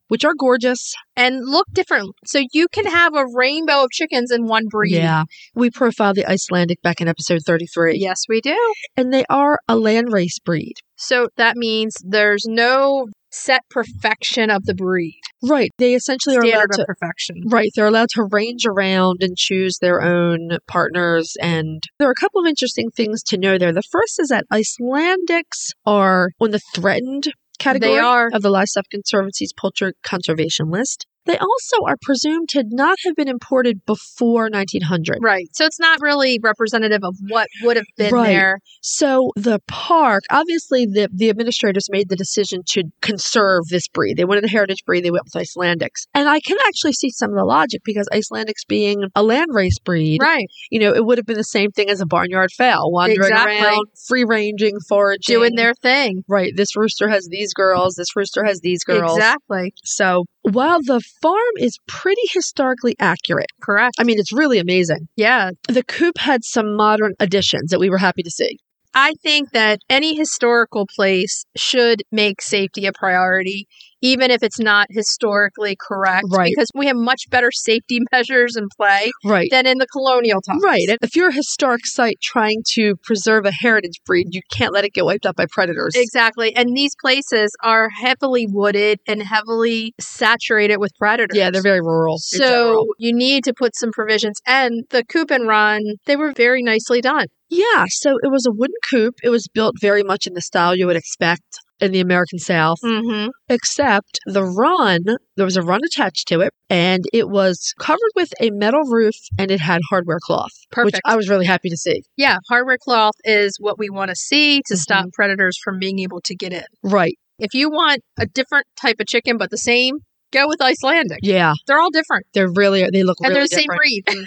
Speaker 3: which are gorgeous.
Speaker 2: and look different. So you can have a rainbow of chickens in one breed.
Speaker 3: Yeah. We profiled the Icelandic back in episode 33.
Speaker 2: Yes, we do.
Speaker 3: And they are a landrace breed.
Speaker 2: So that means there's no set perfection of the breed.
Speaker 3: Right. They essentially are allowed
Speaker 2: Standard of
Speaker 3: to.
Speaker 2: perfection.
Speaker 3: Right, they're allowed to range around and choose their own partners. And there are a couple of interesting things to know there. The first is that Icelandics are on the threatened category
Speaker 2: They are.
Speaker 3: of the Livestock Conservancy's poultry conservation list. They also are presumed to not have been imported before 1900.
Speaker 2: Right. So it's not really representative of what would have been
Speaker 3: Right.
Speaker 2: there.
Speaker 3: So the park, obviously, the, the administrators made the decision to conserve this breed. They wanted a heritage breed. They went with Icelandics. And I can actually see some of the logic because Icelandics being a landrace breed,
Speaker 2: Right.
Speaker 3: you know, it would have been the same thing as a barnyard fowl, wandering
Speaker 2: Exactly.
Speaker 3: around, free ranging, foraging.
Speaker 2: Doing their thing.
Speaker 3: Right. This rooster has these girls. This rooster has these girls.
Speaker 2: Exactly.
Speaker 3: So while the farm is pretty historically accurate,
Speaker 2: Correct.
Speaker 3: I mean, it's really amazing.
Speaker 2: yeah.
Speaker 3: The coop had some modern additions that we were happy to see.
Speaker 2: I think that any historical place should make safety a priority, even if it's not historically correct.
Speaker 3: Right.
Speaker 2: Because we have much better safety measures in play
Speaker 3: Right.
Speaker 2: than in the colonial times.
Speaker 3: Right. And if you're a historic site trying to preserve a heritage breed, you can't let it get wiped out by predators.
Speaker 2: Exactly. And these places are heavily wooded and heavily saturated with predators.
Speaker 3: Yeah, they're very rural. in general.
Speaker 2: So you need to put some provisions. And the coop and run, they were very nicely done.
Speaker 3: yeah, so it was a wooden coop. It was built very much in the style you would expect in the American South,
Speaker 2: Mm-hmm.
Speaker 3: except the run, there was a run attached to it, and it was covered with a metal roof and it had hardware cloth,
Speaker 2: Perfect.
Speaker 3: which I was really happy to see.
Speaker 2: yeah, hardware cloth is what we want to see to
Speaker 3: Mm-hmm.
Speaker 2: stop predators from being able to get in.
Speaker 3: Right.
Speaker 2: If you want a different type of chicken but the same, go with Icelandic.
Speaker 3: Yeah.
Speaker 2: They're all different
Speaker 3: They're really, they look
Speaker 2: and
Speaker 3: really
Speaker 2: they're the
Speaker 3: different. Mm.
Speaker 2: same breed.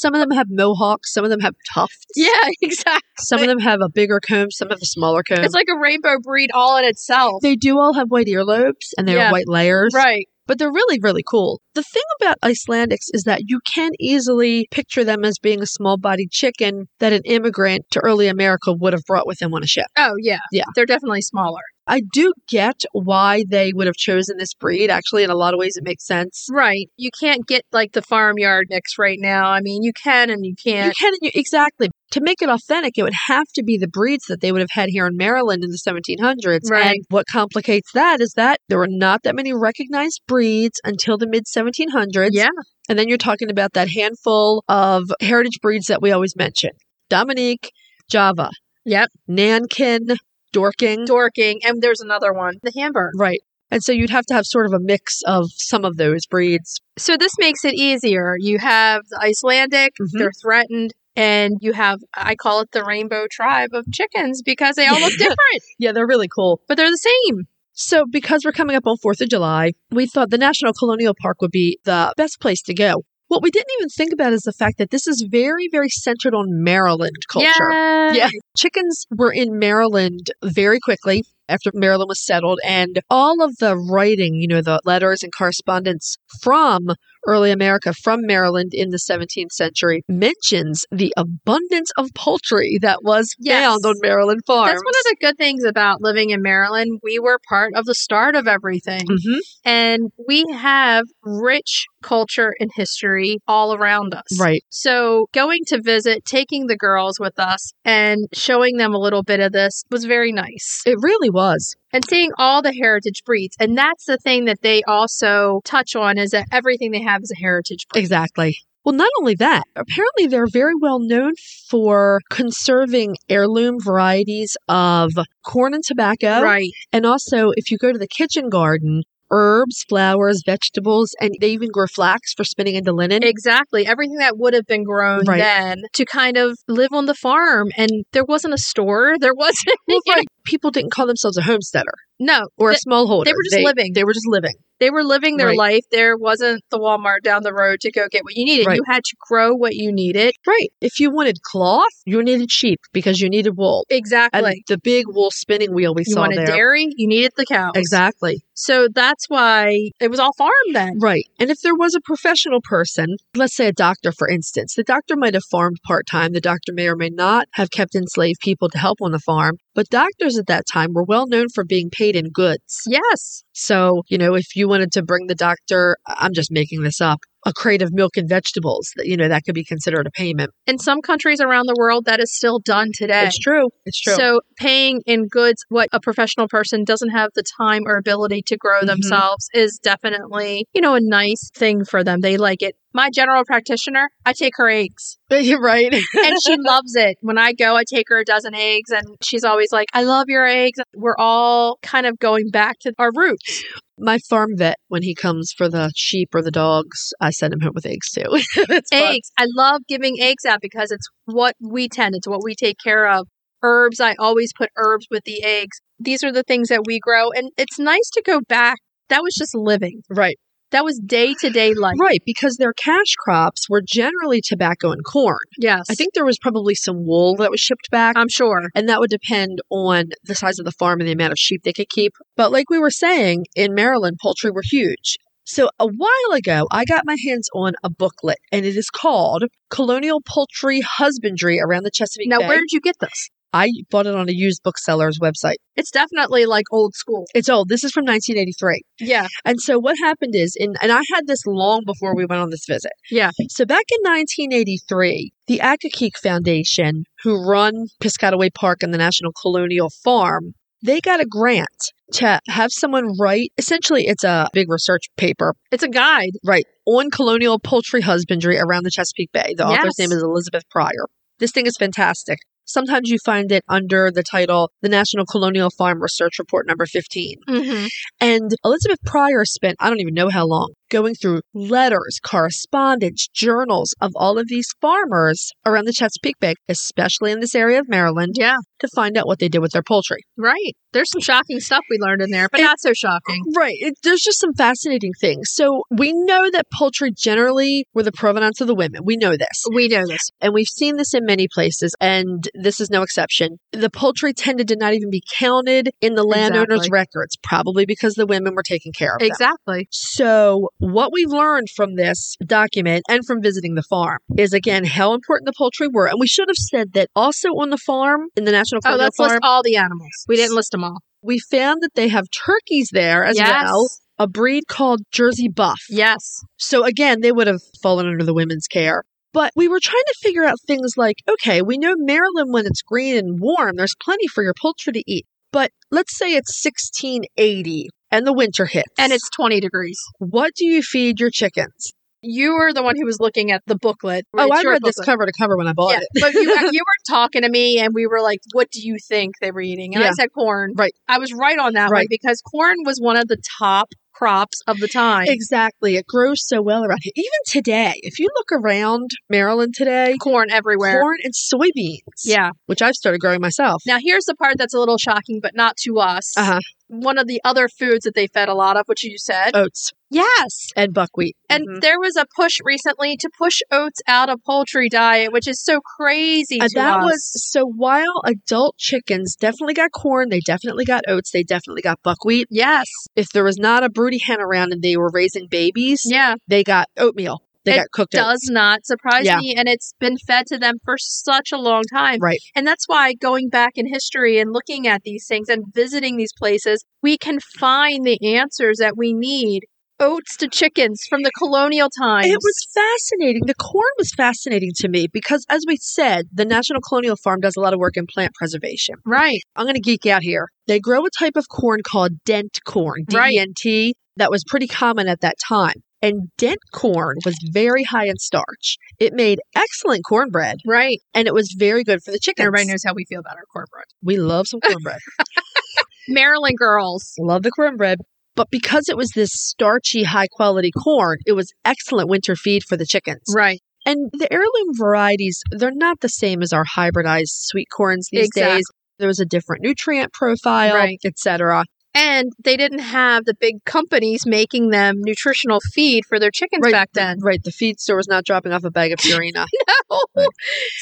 Speaker 3: Some of them have mohawks, some of them have tufts.
Speaker 2: yeah, exactly.
Speaker 3: Some of them have a bigger comb, some have a smaller comb.
Speaker 2: It's like a rainbow breed all in itself.
Speaker 3: they do all have white earlobes and they're
Speaker 2: Yeah.
Speaker 3: white layers.
Speaker 2: Right.
Speaker 3: But they're really, really cool. The thing about Icelandics is that you can easily picture them as being a small bodied chicken that an immigrant to early America would have brought with them on a ship.
Speaker 2: Oh, yeah.
Speaker 3: Yeah.
Speaker 2: They're definitely smaller.
Speaker 3: I do get why they would have chosen this breed. Actually, in a lot of ways, it makes sense.
Speaker 2: Right. You can't get like the farmyard mix right now. I mean, you can and you
Speaker 3: You
Speaker 2: can't.
Speaker 3: can, you, exactly. To make it authentic, it would have to be the breeds that they would have had here in Maryland in the 1700s.
Speaker 2: Right.
Speaker 3: And what complicates that is that there were not that many recognized breeds until the mid 1700s.
Speaker 2: Yeah.
Speaker 3: And then you're talking about that handful of heritage breeds that we always mention Dominique, Java.
Speaker 2: Yep.
Speaker 3: Nankin, Dorking.
Speaker 2: Dorking. And there's another one, the Hamburg.
Speaker 3: right. And so you'd have to have sort of a mix of some of those breeds.
Speaker 2: So this makes it easier. You have the Icelandic,
Speaker 3: Mhm.
Speaker 2: they're threatened, and you have, I call it the rainbow tribe of chickens because they all look different,
Speaker 3: Yeah, they're really cool.
Speaker 2: but they're the same.
Speaker 3: So, because we're coming up on 4th of July, we thought the National Colonial Park would be the best place to go. What we didn't even think about is the fact that this is very, very centered on Maryland culture.
Speaker 2: Yay.
Speaker 3: Yeah. Chickens were in Maryland very quickly after Maryland was settled, and all of the writing, you know, the letters and correspondence from early America, from Maryland in the 17th century, mentions the abundance of poultry that was
Speaker 2: Yes.
Speaker 3: found on Maryland farms.
Speaker 2: That's one of the good things about living in Maryland. We were part of the start of everything.
Speaker 3: Mhm.
Speaker 2: And we have rich culture and history all around us.
Speaker 3: Right.
Speaker 2: So, going to visit, taking the girls with us, and showing them a little bit of this was very nice.
Speaker 3: It really was.
Speaker 2: And seeing all the heritage breeds. And that's the thing that they also touch on is that everything they have is a heritage breed.
Speaker 3: Exactly. Well, not only that, apparently they're very well known for conserving heirloom varieties of corn and tobacco.
Speaker 2: Right.
Speaker 3: And also, if you go to the kitchen garden, herbs, flowers, vegetables, and they even grow flax for spinning into linen.
Speaker 2: Exactly. Everything that would have been grown
Speaker 3: Right.
Speaker 2: then to kind of live on the farm. And there wasn't a store. There wasn't.
Speaker 3: Well, right, People didn't call themselves a homesteader
Speaker 2: No.
Speaker 3: or a
Speaker 2: They-
Speaker 3: smallholder.
Speaker 2: they were just living.
Speaker 3: They were just living.
Speaker 2: they were living their
Speaker 3: Right.
Speaker 2: life. There wasn't the Walmart down the road to go get what you needed.
Speaker 3: Right.
Speaker 2: You had to grow what you needed.
Speaker 3: Right. If you wanted cloth, you needed sheep because you needed wool.
Speaker 2: Exactly.
Speaker 3: And the big wool spinning wheel we
Speaker 2: you
Speaker 3: saw
Speaker 2: wanted
Speaker 3: there.
Speaker 2: dairy, you needed the cows.
Speaker 3: Exactly.
Speaker 2: So that's why it was all farm then.
Speaker 3: Right. And if there was a professional person, let's say a doctor, for instance, the doctor might have farmed part time. The doctor may or may not have kept enslaved people to help on the farm. But doctors at that time were well known for being paid in goods.
Speaker 2: Yes.
Speaker 3: So, you know, if you wanted to bring the doctor, I'm just making this up, a crate of milk and vegetables, that you know, that could be considered a payment.
Speaker 2: In some countries around the world, that is still done today.
Speaker 3: It's true. It's true.
Speaker 2: So paying in goods what a professional person doesn't have the time or ability to grow
Speaker 3: Mhm.
Speaker 2: themselves is definitely, you know, a nice thing for them. They like it. My general practitioner, I take her eggs.
Speaker 3: You're right.
Speaker 2: and she loves it. When I go, I take her a dozen eggs, and she's always like, I love your eggs. We're all kind of going back to our roots.
Speaker 3: My farm vet, when he comes for the sheep or the dogs, I send him home with eggs too. It's fun.
Speaker 2: Eggs. I love giving eggs out because it's what we tend, it's what we take care of. Herbs, I always put herbs with the eggs. These are the things that we grow, and it's nice to go back. That was just living,
Speaker 3: Right.
Speaker 2: that was day to day life.
Speaker 3: Right, because their cash crops were generally tobacco and corn.
Speaker 2: Yes.
Speaker 3: I think there was probably some wool that was shipped back.
Speaker 2: I'm sure.
Speaker 3: and that would depend on the size of the farm and the amount of sheep they could keep. But like we were saying, in Maryland, poultry were huge. So a while ago, I got my hands on a booklet, and it is called Colonial Poultry Husbandry Around the Chesapeake
Speaker 2: Now,
Speaker 3: Bay.
Speaker 2: where did you get this?
Speaker 3: I bought it on a used bookseller's website.
Speaker 2: It's definitely like old school.
Speaker 3: It's old. This is from 1983.
Speaker 2: Yeah.
Speaker 3: And so what happened is, in, and I had this long before we went on this visit.
Speaker 2: Yeah.
Speaker 3: So back in 1983, the Akakeek Foundation, who run Piscataway Park and the National Colonial Farm, they got a grant to have someone write. Essentially, it's a big research paper,
Speaker 2: It's a guide.
Speaker 3: right, on colonial poultry husbandry around the Chesapeake Bay. The author's
Speaker 2: Yes.
Speaker 3: name is Elizabeth Pryor. This thing is fantastic. Sometimes you find it under the title The National Colonial Farm Research Report number 15.
Speaker 2: Mm-hmm.
Speaker 3: And Elizabeth Pryor spent, I don't even know how long, going through letters, correspondence, journals of all of these farmers around the Chesapeake Bay, especially in this area of Maryland,
Speaker 2: Yeah,
Speaker 3: to find out what they did with their poultry.
Speaker 2: right. There's some shocking stuff we learned in there, but
Speaker 3: It-
Speaker 2: not so shocking.
Speaker 3: Right. It, there's just some fascinating things. So we know that poultry generally were the provenance of the women. We know this.
Speaker 2: We know this.
Speaker 3: And we've seen this in many places, and this is no exception. The poultry tended to not even be counted in the landowner's
Speaker 2: Exactly.
Speaker 3: records, probably because the women were taking care of them.
Speaker 2: Exactly.
Speaker 3: So, what we've learned from this document and from visiting the farm is again how important the poultry were. And we should have said that also on the farm, in the National
Speaker 2: Oh,
Speaker 3: Colonial
Speaker 2: let's
Speaker 3: Farm,
Speaker 2: list all the animals. We didn't list them all.
Speaker 3: we found that they have turkeys there as
Speaker 2: yes.
Speaker 3: well, a breed called Jersey Buff.
Speaker 2: Yes.
Speaker 3: So, again, they would have fallen under the women's care. But we were trying to figure out things like okay, we know Maryland, when it's green and warm, there's plenty for your poultry to eat. But let's say it's 1680 and the winter hits.
Speaker 2: And it's 20 degrees.
Speaker 3: what do you feed your chickens?
Speaker 2: You were the one who was looking at the booklet.
Speaker 3: Oh,
Speaker 2: It's
Speaker 3: I
Speaker 2: your
Speaker 3: read this
Speaker 2: booklet.
Speaker 3: cover to cover when I bought
Speaker 2: Yeah,
Speaker 3: it.
Speaker 2: but you, you were talking to me, and we were like, "What do you think they were eating?" And I
Speaker 3: Yeah.
Speaker 2: said corn.
Speaker 3: Right.
Speaker 2: I was right on that one
Speaker 3: Right.
Speaker 2: because corn was one of the top crops of the time.
Speaker 3: Exactly. It grows so well around here. Even today, if you look around Maryland today,
Speaker 2: Corn everywhere.
Speaker 3: corn and soybeans.
Speaker 2: Yeah.
Speaker 3: Which I've started growing myself.
Speaker 2: Now here's the part that's a little shocking, but not to us.
Speaker 3: Uh-huh. Oh.
Speaker 2: One of the other foods that they fed a lot of, which you said,
Speaker 3: Oats
Speaker 2: yes.
Speaker 3: and buckwheat.
Speaker 2: And
Speaker 3: Mhm.
Speaker 2: there was a push recently to push oats out of poultry diet, which is so crazy.
Speaker 3: Uh,
Speaker 2: to
Speaker 3: that
Speaker 2: us.
Speaker 3: was so while adult chickens definitely got corn, they definitely got oats, they definitely got buckwheat.
Speaker 2: yes,
Speaker 3: If there was not a broody hen around and they were raising babies,
Speaker 2: yeah.
Speaker 3: they got oatmeal. They
Speaker 2: It
Speaker 3: got cooked oats.
Speaker 2: does not surprise
Speaker 3: Yeah.
Speaker 2: me and it's been fed to them for such a long time
Speaker 3: Right.
Speaker 2: and that's why going back in history and looking at these things and visiting these places we can find the answers that we need oats to chickens from the colonial times
Speaker 3: It was fascinating. The corn was fascinating to me because, as we said, the National Colonial Farm does a lot of work in plant preservation.
Speaker 2: right
Speaker 3: I'm going to geek out here. They grow a type of corn called dent corn,
Speaker 2: Right.
Speaker 3: D-E-N-T, that was pretty common at that time. And dent corn was very high in starch. It made excellent cornbread,
Speaker 2: right
Speaker 3: and it was very good for the chickens.
Speaker 2: everybody knows how we feel about our cornbread
Speaker 3: We love some cornbread.
Speaker 2: maryland girls
Speaker 3: love the cornbread. But because it was this starchy, high quality corn, it was excellent winter feed for the chickens.
Speaker 2: right
Speaker 3: And the heirloom varieties, they're not the same as our hybridized sweet corns these
Speaker 2: Exactly.
Speaker 3: days. There was a different nutrient profile,
Speaker 2: Right.
Speaker 3: etc.
Speaker 2: and they didn't have the big companies making them nutritional feed for their chickens
Speaker 3: Right.
Speaker 2: back then
Speaker 3: Right, the feed store was not dropping off a bag of Purina. Right.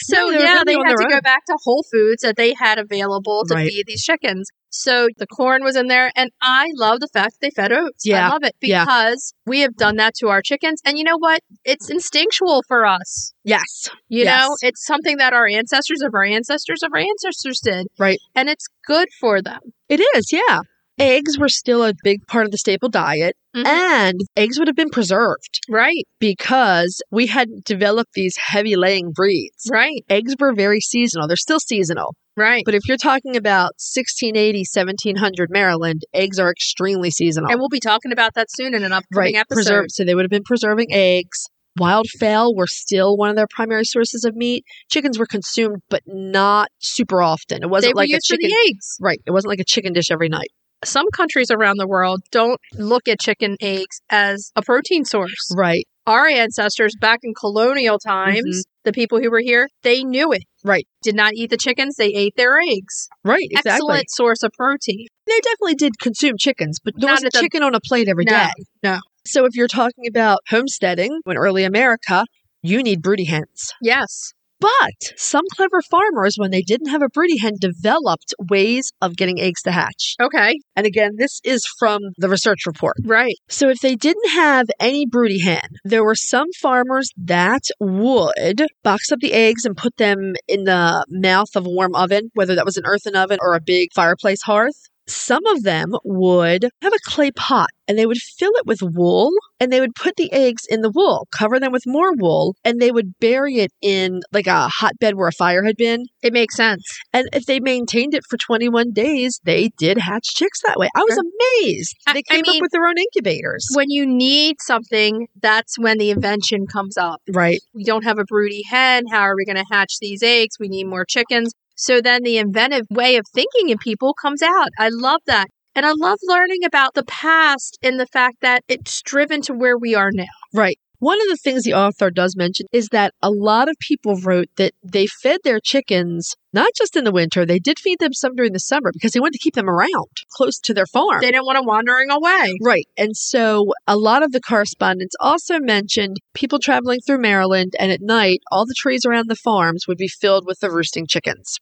Speaker 2: So
Speaker 3: No, they were
Speaker 2: yeah,
Speaker 3: really
Speaker 2: they
Speaker 3: on
Speaker 2: had
Speaker 3: their
Speaker 2: to go
Speaker 3: own.
Speaker 2: back to Whole Foods that they had available to
Speaker 3: Right.
Speaker 2: feed these chickens. So the corn was in there, and I love the fact that they fed oats. I
Speaker 3: Yeah,
Speaker 2: love it
Speaker 3: yeah.
Speaker 2: because we have done that to our chickens, and you know what? It's instinctual for us.
Speaker 3: yes,
Speaker 2: You
Speaker 3: Yes.
Speaker 2: know, it's something that our ancestors of our ancestors of our ancestors did,
Speaker 3: Right.
Speaker 2: And it's good for them.
Speaker 3: it is. Yeah, eggs were still a big part of the staple diet,
Speaker 2: Mhm.
Speaker 3: and eggs would have been preserved
Speaker 2: Right,
Speaker 3: because we hadn't developed these heavy laying breeds.
Speaker 2: right,
Speaker 3: Eggs were very seasonal. They're still seasonal.
Speaker 2: right.
Speaker 3: But if you're talking about 1680, 1700 Maryland, eggs are extremely seasonal.
Speaker 2: and we'll be talking about that soon in an upcoming episode.
Speaker 3: preserved. So they would have been preserving eggs. Wild fowl were still one of their primary sources of meat. Chickens were consumed, but not super often. It
Speaker 2: They
Speaker 3: wasn't
Speaker 2: were
Speaker 3: like a
Speaker 2: used for
Speaker 3: chicken.
Speaker 2: the eggs.
Speaker 3: Right. It wasn't like a chicken dish every night.
Speaker 2: Some countries around the world don't look at chicken eggs as a protein source.
Speaker 3: Right.
Speaker 2: our ancestors back in colonial times, the people who were here, they knew it.
Speaker 3: Right.
Speaker 2: Did not eat the chickens, they ate their eggs.
Speaker 3: Right. Exactly.
Speaker 2: Excellent source of protein.
Speaker 3: They definitely did consume chickens, but there
Speaker 2: Not
Speaker 3: wasn't
Speaker 2: at the-
Speaker 3: chicken on a plate every
Speaker 2: No,
Speaker 3: day.
Speaker 2: no.
Speaker 3: So if you're talking about homesteading in early America, you need broody hens.
Speaker 2: Yes.
Speaker 3: But some clever farmers, when they didn't have a broody hen, developed ways of getting eggs to hatch.
Speaker 2: Okay.
Speaker 3: And again, this is from the research report.
Speaker 2: Right.
Speaker 3: So if they didn't have any broody hen, there were some farmers that would box up the eggs and put them in the mouth of a warm oven, whether that was an earthen oven or a big fireplace hearth. Some of them would have a clay pot and they would fill it with wool and they would put the eggs in the wool, cover them with more wool, and they would bury it in like a hotbed where a fire had been.
Speaker 2: It makes sense.
Speaker 3: And if they maintained it for 21 days, they did hatch chicks that way. I was
Speaker 2: Sure.
Speaker 3: amazed.
Speaker 2: I-
Speaker 3: They
Speaker 2: I
Speaker 3: came
Speaker 2: mean-
Speaker 3: up with their own incubators.
Speaker 2: When you need something, that's when the invention comes up.
Speaker 3: Right.
Speaker 2: We don't have a broody hen. How are we going to hatch these eggs? We need more chickens. So then the inventive way of thinking in people comes out. I love that. And I love learning about the past and the fact that it's driven to where we are now.
Speaker 3: Right. One of the things the author does mention is that a lot of people wrote that they fed their chickens not just in the winter, they did feed them some during the summer because they wanted to keep them around close to their farm.
Speaker 2: They didn't want them wandering away.
Speaker 3: Right. And so a lot of the correspondence also mentioned people traveling through Maryland, and at night, all the trees around the farms would be filled with the roosting chickens.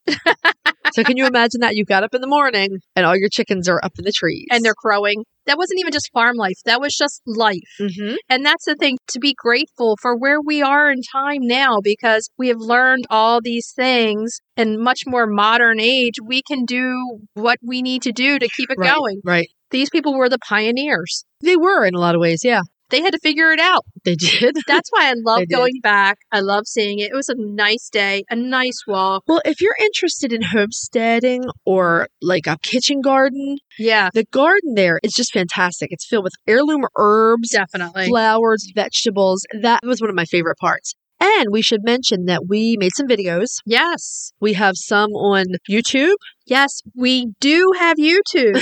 Speaker 3: so, can you imagine that? You got up in the morning and all your chickens are up in the trees.
Speaker 2: And they're crowing. That wasn't even just farm life, that was just life.
Speaker 3: Mm-hmm.
Speaker 2: And that's the thing to be grateful for where we are in time now because we have learned all these things in much more modern age. We can do what we need to do to keep it
Speaker 3: Right.
Speaker 2: going.
Speaker 3: Right.
Speaker 2: These people were the pioneers.
Speaker 3: They were in a lot of ways. Yeah,
Speaker 2: They had to figure it out.
Speaker 3: they did.
Speaker 2: That's why I
Speaker 3: They
Speaker 2: love
Speaker 3: did.
Speaker 2: going back. I love seeing it. It was a nice day, a nice walk.
Speaker 3: Well, if you're interested in homesteading or like a kitchen garden,
Speaker 2: Yeah,
Speaker 3: the garden there is just fantastic. It's filled with heirloom herbs,
Speaker 2: definitely.
Speaker 3: flowers, vegetables. That was one of my favorite parts. And we should mention that we made some videos.
Speaker 2: Yes.
Speaker 3: We have some on YouTube.
Speaker 2: Yes, we do have YouTube.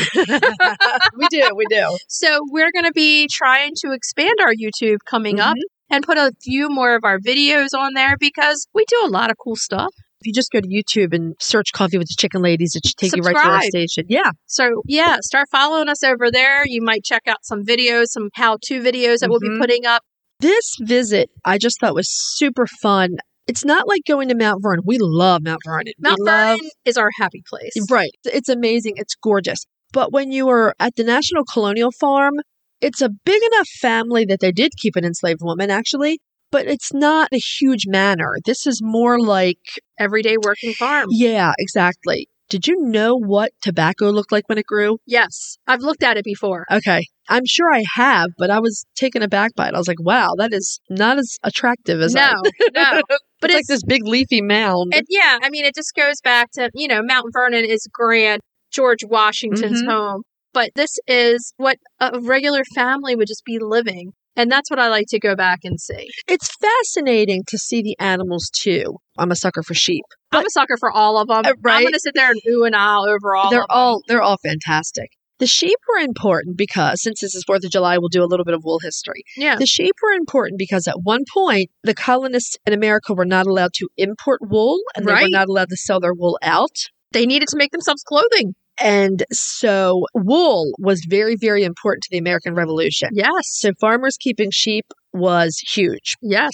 Speaker 3: we do, we do.
Speaker 2: So we're going to be trying to expand our YouTube coming
Speaker 3: Mm-hmm.
Speaker 2: up and put a few more of our videos on there because we do a lot of cool stuff.
Speaker 3: If you just go to YouTube and search Coffee with the Chicken Ladies, it should take you right to our
Speaker 2: Subscribe.
Speaker 3: station. Yeah.
Speaker 2: So yeah, start following us over there. You might check out some videos, some how-to videos that we'll be
Speaker 3: Mhm.
Speaker 2: putting up.
Speaker 3: This visit I just thought was super fun. It's not like going to Mount Vernon. We love Mount Vernon. We
Speaker 2: Mount
Speaker 3: love-
Speaker 2: Vernon is our happy place.
Speaker 3: Right. It's amazing. It's gorgeous. But when you were at the National Colonial Farm, it's a big enough family that they did keep an enslaved woman, actually, but it's not a huge manor. This is more like,
Speaker 2: Everyday working farm.
Speaker 3: yeah, exactly. Did you know what tobacco looked like when it grew?
Speaker 2: Yes, I've looked at it before.
Speaker 3: Okay. I'm sure I have, but I was taken aback by it. I was like, wow, that is not as attractive as I.
Speaker 2: no, no.
Speaker 3: But
Speaker 2: But
Speaker 3: it's,
Speaker 2: it's,
Speaker 3: like this big leafy mound.
Speaker 2: it, yeah, I mean, it just goes back to, you know, Mount Vernon is grand, George Washington's
Speaker 3: Mhm.
Speaker 2: home. But this is what a regular family would just be living. And that's what I like to go back and see.
Speaker 3: it's fascinating to see the animals too. I'm a sucker for sheep.
Speaker 2: I'm a sucker for all of them.
Speaker 3: Uh,
Speaker 2: I'm
Speaker 3: right?
Speaker 2: going to sit there and ooh and ah over all
Speaker 3: they're
Speaker 2: of 'em.
Speaker 3: all they're all fantastic. The sheep were important because since this is Fourth of July, we'll do a little bit of wool history.
Speaker 2: Yeah.
Speaker 3: The sheep were important because at one point the colonists in America were not allowed to import wool and they were
Speaker 2: Right.
Speaker 3: not allowed to sell their wool out.
Speaker 2: They needed to make themselves clothing.
Speaker 3: And so wool was very, very important to the American Revolution.
Speaker 2: Yes.
Speaker 3: So farmers keeping sheep was huge.
Speaker 2: Yes.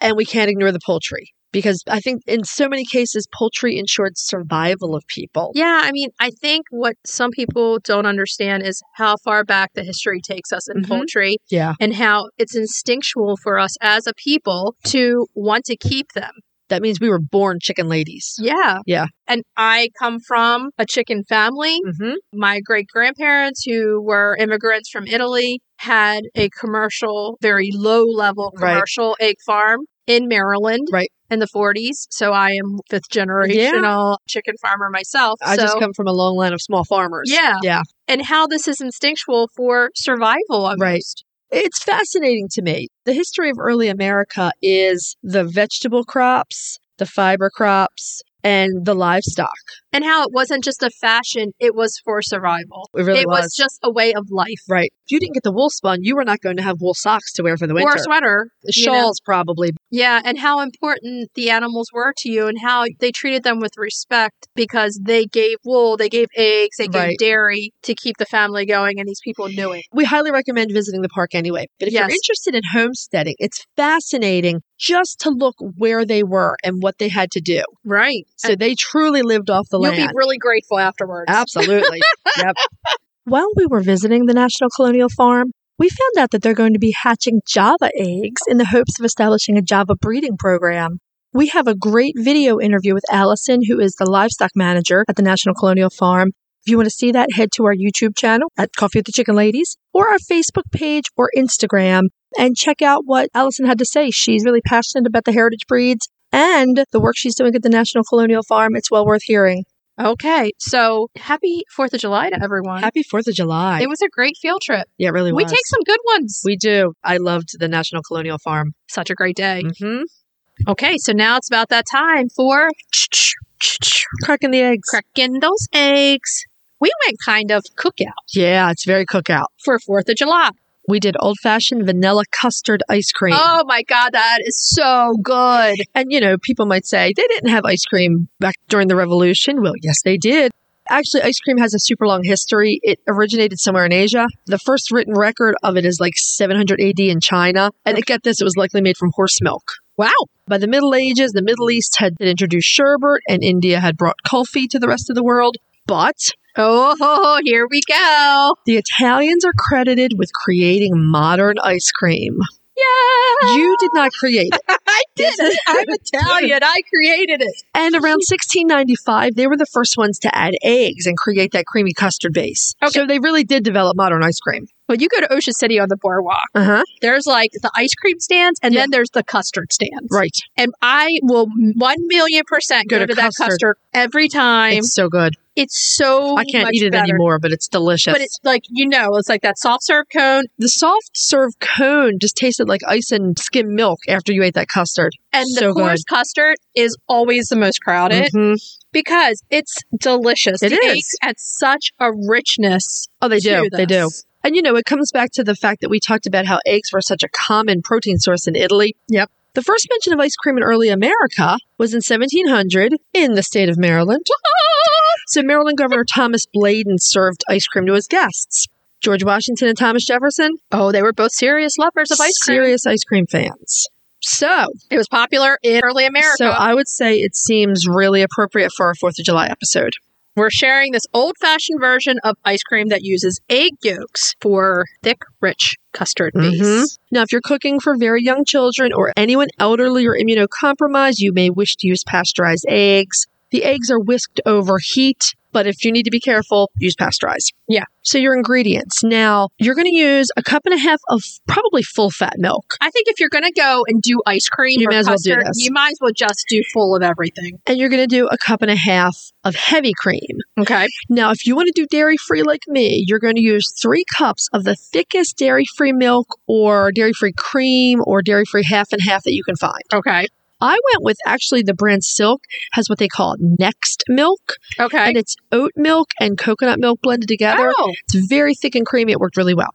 Speaker 3: And we can't ignore the poultry because I think in so many cases poultry ensured survival of people.
Speaker 2: Yeah. I mean, I think what some people don't understand is how far back the history takes us in
Speaker 3: Mhm.
Speaker 2: poultry.
Speaker 3: Yeah.
Speaker 2: and how it's instinctual for us as a people to want to keep them.
Speaker 3: That means we were born chicken ladies.
Speaker 2: Yeah.
Speaker 3: Yeah.
Speaker 2: And I come from a chicken family.
Speaker 3: Mm-hmm.
Speaker 2: My great grandparents, who were immigrants from Italy, had a commercial, very low level
Speaker 3: Right.
Speaker 2: commercial egg farm in Maryland.
Speaker 3: Right.
Speaker 2: In the 40s. So I am fifth generational chicken farmer myself.
Speaker 3: I
Speaker 2: so,
Speaker 3: just come from a long line of small farmers.
Speaker 2: Yeah.
Speaker 3: Yeah.
Speaker 2: and how this is instinctual for survival. Almost.
Speaker 3: Right. It's fascinating to me. The history of early America is the vegetable crops, the fiber crops, and the livestock.
Speaker 2: And how it wasn't just a fashion, it was for survival.
Speaker 3: It really
Speaker 2: it was.
Speaker 3: was.
Speaker 2: just a way of life.
Speaker 3: right. If you didn't get the wool spun, you were not going to have wool socks to wear for the
Speaker 2: Or
Speaker 3: winter.
Speaker 2: a sweater. you know?
Speaker 3: Shawls, probably.
Speaker 2: Yeah, and how important the animals were to you and how they treated them with respect because they gave wool, they gave eggs, they
Speaker 3: Right.
Speaker 2: gave dairy to keep the family going, and these people knew it.
Speaker 3: We highly recommend visiting the park anyway. But if you're
Speaker 2: Yes.
Speaker 3: interested in homesteading, it's fascinating just to look where they were and what they had to do.
Speaker 2: Right.
Speaker 3: So they truly lived off the
Speaker 2: You'll
Speaker 3: land.
Speaker 2: be really grateful afterwards.
Speaker 3: Absolutely. yep. While we were visiting the National Colonial Farm, we found out that they're going to be hatching Java eggs in the hopes of establishing a Java breeding program. We have a great video interview with Allison, who is the livestock manager at the National Colonial Farm. If you want to see that, head to our YouTube channel at Coffee with the Chicken Ladies or our Facebook page or Instagram and check out what Allison had to say. She's really passionate about the heritage breeds and the work she's doing at the National Colonial Farm. It's well worth hearing.
Speaker 2: Okay. So happy 4th of July to everyone.
Speaker 3: Happy 4th of July.
Speaker 2: it was a great field trip.
Speaker 3: Yeah, it really
Speaker 2: We
Speaker 3: was.
Speaker 2: take some good ones.
Speaker 3: We do. I loved the National Colonial Farm.
Speaker 2: Such a great day.
Speaker 3: Mm-hmm.
Speaker 2: Okay. So now it's about that time for
Speaker 3: cracking the eggs.
Speaker 2: cracking those eggs. We went kind of cookout
Speaker 3: Yeah, it's very cookout.
Speaker 2: for Fourth of July.
Speaker 3: We did old fashioned vanilla custard ice cream.
Speaker 2: Oh my god, that is so good.
Speaker 3: Oh, And, you know, people might say they didn't have ice cream back during the revolution. Well, yes, they did. Actually, ice cream has a super long history. It originated somewhere in Asia. The first written record of it is like 700 AD in China. And it, get this, it was likely made from horse milk.
Speaker 2: Wow.
Speaker 3: By the Middle Ages, the Middle East had introduced sherbet, and India had brought coffee to the rest of the world. But
Speaker 2: Oh, here we go.
Speaker 3: the Italians are credited with creating modern ice cream.
Speaker 2: Yeah.
Speaker 3: You did not create it.
Speaker 2: I did
Speaker 3: This is-
Speaker 2: it. I'm Italian. I created it.
Speaker 3: And around 1695, they were the first ones to add eggs and create that creamy custard base.
Speaker 2: Okay.
Speaker 3: So they really did develop modern ice cream.
Speaker 2: When you go to Ocean City on the boardwalk,
Speaker 3: Uh huh.
Speaker 2: there's like the ice cream stands and
Speaker 3: Yeah.
Speaker 2: then there's the custard stands.
Speaker 3: Right.
Speaker 2: And I will 1 million percent go, to, that
Speaker 3: custard.
Speaker 2: custard every time.
Speaker 3: it's
Speaker 2: It's,
Speaker 3: so good.
Speaker 2: so
Speaker 3: I can't
Speaker 2: much
Speaker 3: eat it
Speaker 2: better.
Speaker 3: anymore, but it's delicious.
Speaker 2: But it's like, you know, it's like that soft serve cone
Speaker 3: the soft serve cone just tasted like ice and skim milk after you ate that custard.
Speaker 2: and
Speaker 3: So
Speaker 2: the coarse custard is always the most crowded
Speaker 3: Mhm.
Speaker 2: because it's delicious.
Speaker 3: It
Speaker 2: The
Speaker 3: is.
Speaker 2: eggs add such a richness.
Speaker 3: Oh, they do.
Speaker 2: to
Speaker 3: They do.
Speaker 2: this.
Speaker 3: And you know, it comes back to the fact that we talked about how eggs were such a common protein source in Italy.
Speaker 2: Yep.
Speaker 3: The first mention of ice cream in early America was in 1700 in the state of Maryland. so Maryland Governor Thomas Bladen served ice cream to his guests. George Washington and Thomas Jefferson,
Speaker 2: Oh, they were both serious lovers of ice cream.
Speaker 3: serious ice cream fans. So,
Speaker 2: It was popular in early America.
Speaker 3: so I would say it seems really appropriate for our 4th of July episode.
Speaker 2: We're sharing this old fashioned version of ice cream that uses egg yolks for thick, rich custard base.
Speaker 3: Mhm. Now, if you're cooking for very young children or anyone elderly or immunocompromised, you may wish to use pasteurized eggs. The eggs are whisked over heat, but if you need to be careful, use pasteurized.
Speaker 2: Yeah.
Speaker 3: So, your ingredients. Now, you're going to use a cup and a half of probably full fat milk.
Speaker 2: I think if you're going to go and do ice cream
Speaker 3: You
Speaker 2: or
Speaker 3: may as well do
Speaker 2: custard,
Speaker 3: this.
Speaker 2: you might as well just do full of everything.
Speaker 3: And you're going to do a cup and a half of heavy cream.
Speaker 2: Okay.
Speaker 3: Now, if you want to do dairy free like me, you're going to use three cups of the thickest dairy free milk or dairy free cream or dairy free half and half that you can find.
Speaker 2: Okay.
Speaker 3: I went with actually the brand Silk has what they call Next Milk,
Speaker 2: Okay.
Speaker 3: and it's oat milk and coconut milk blended together.
Speaker 2: Oh,
Speaker 3: It's very thick and creamy. It worked really well.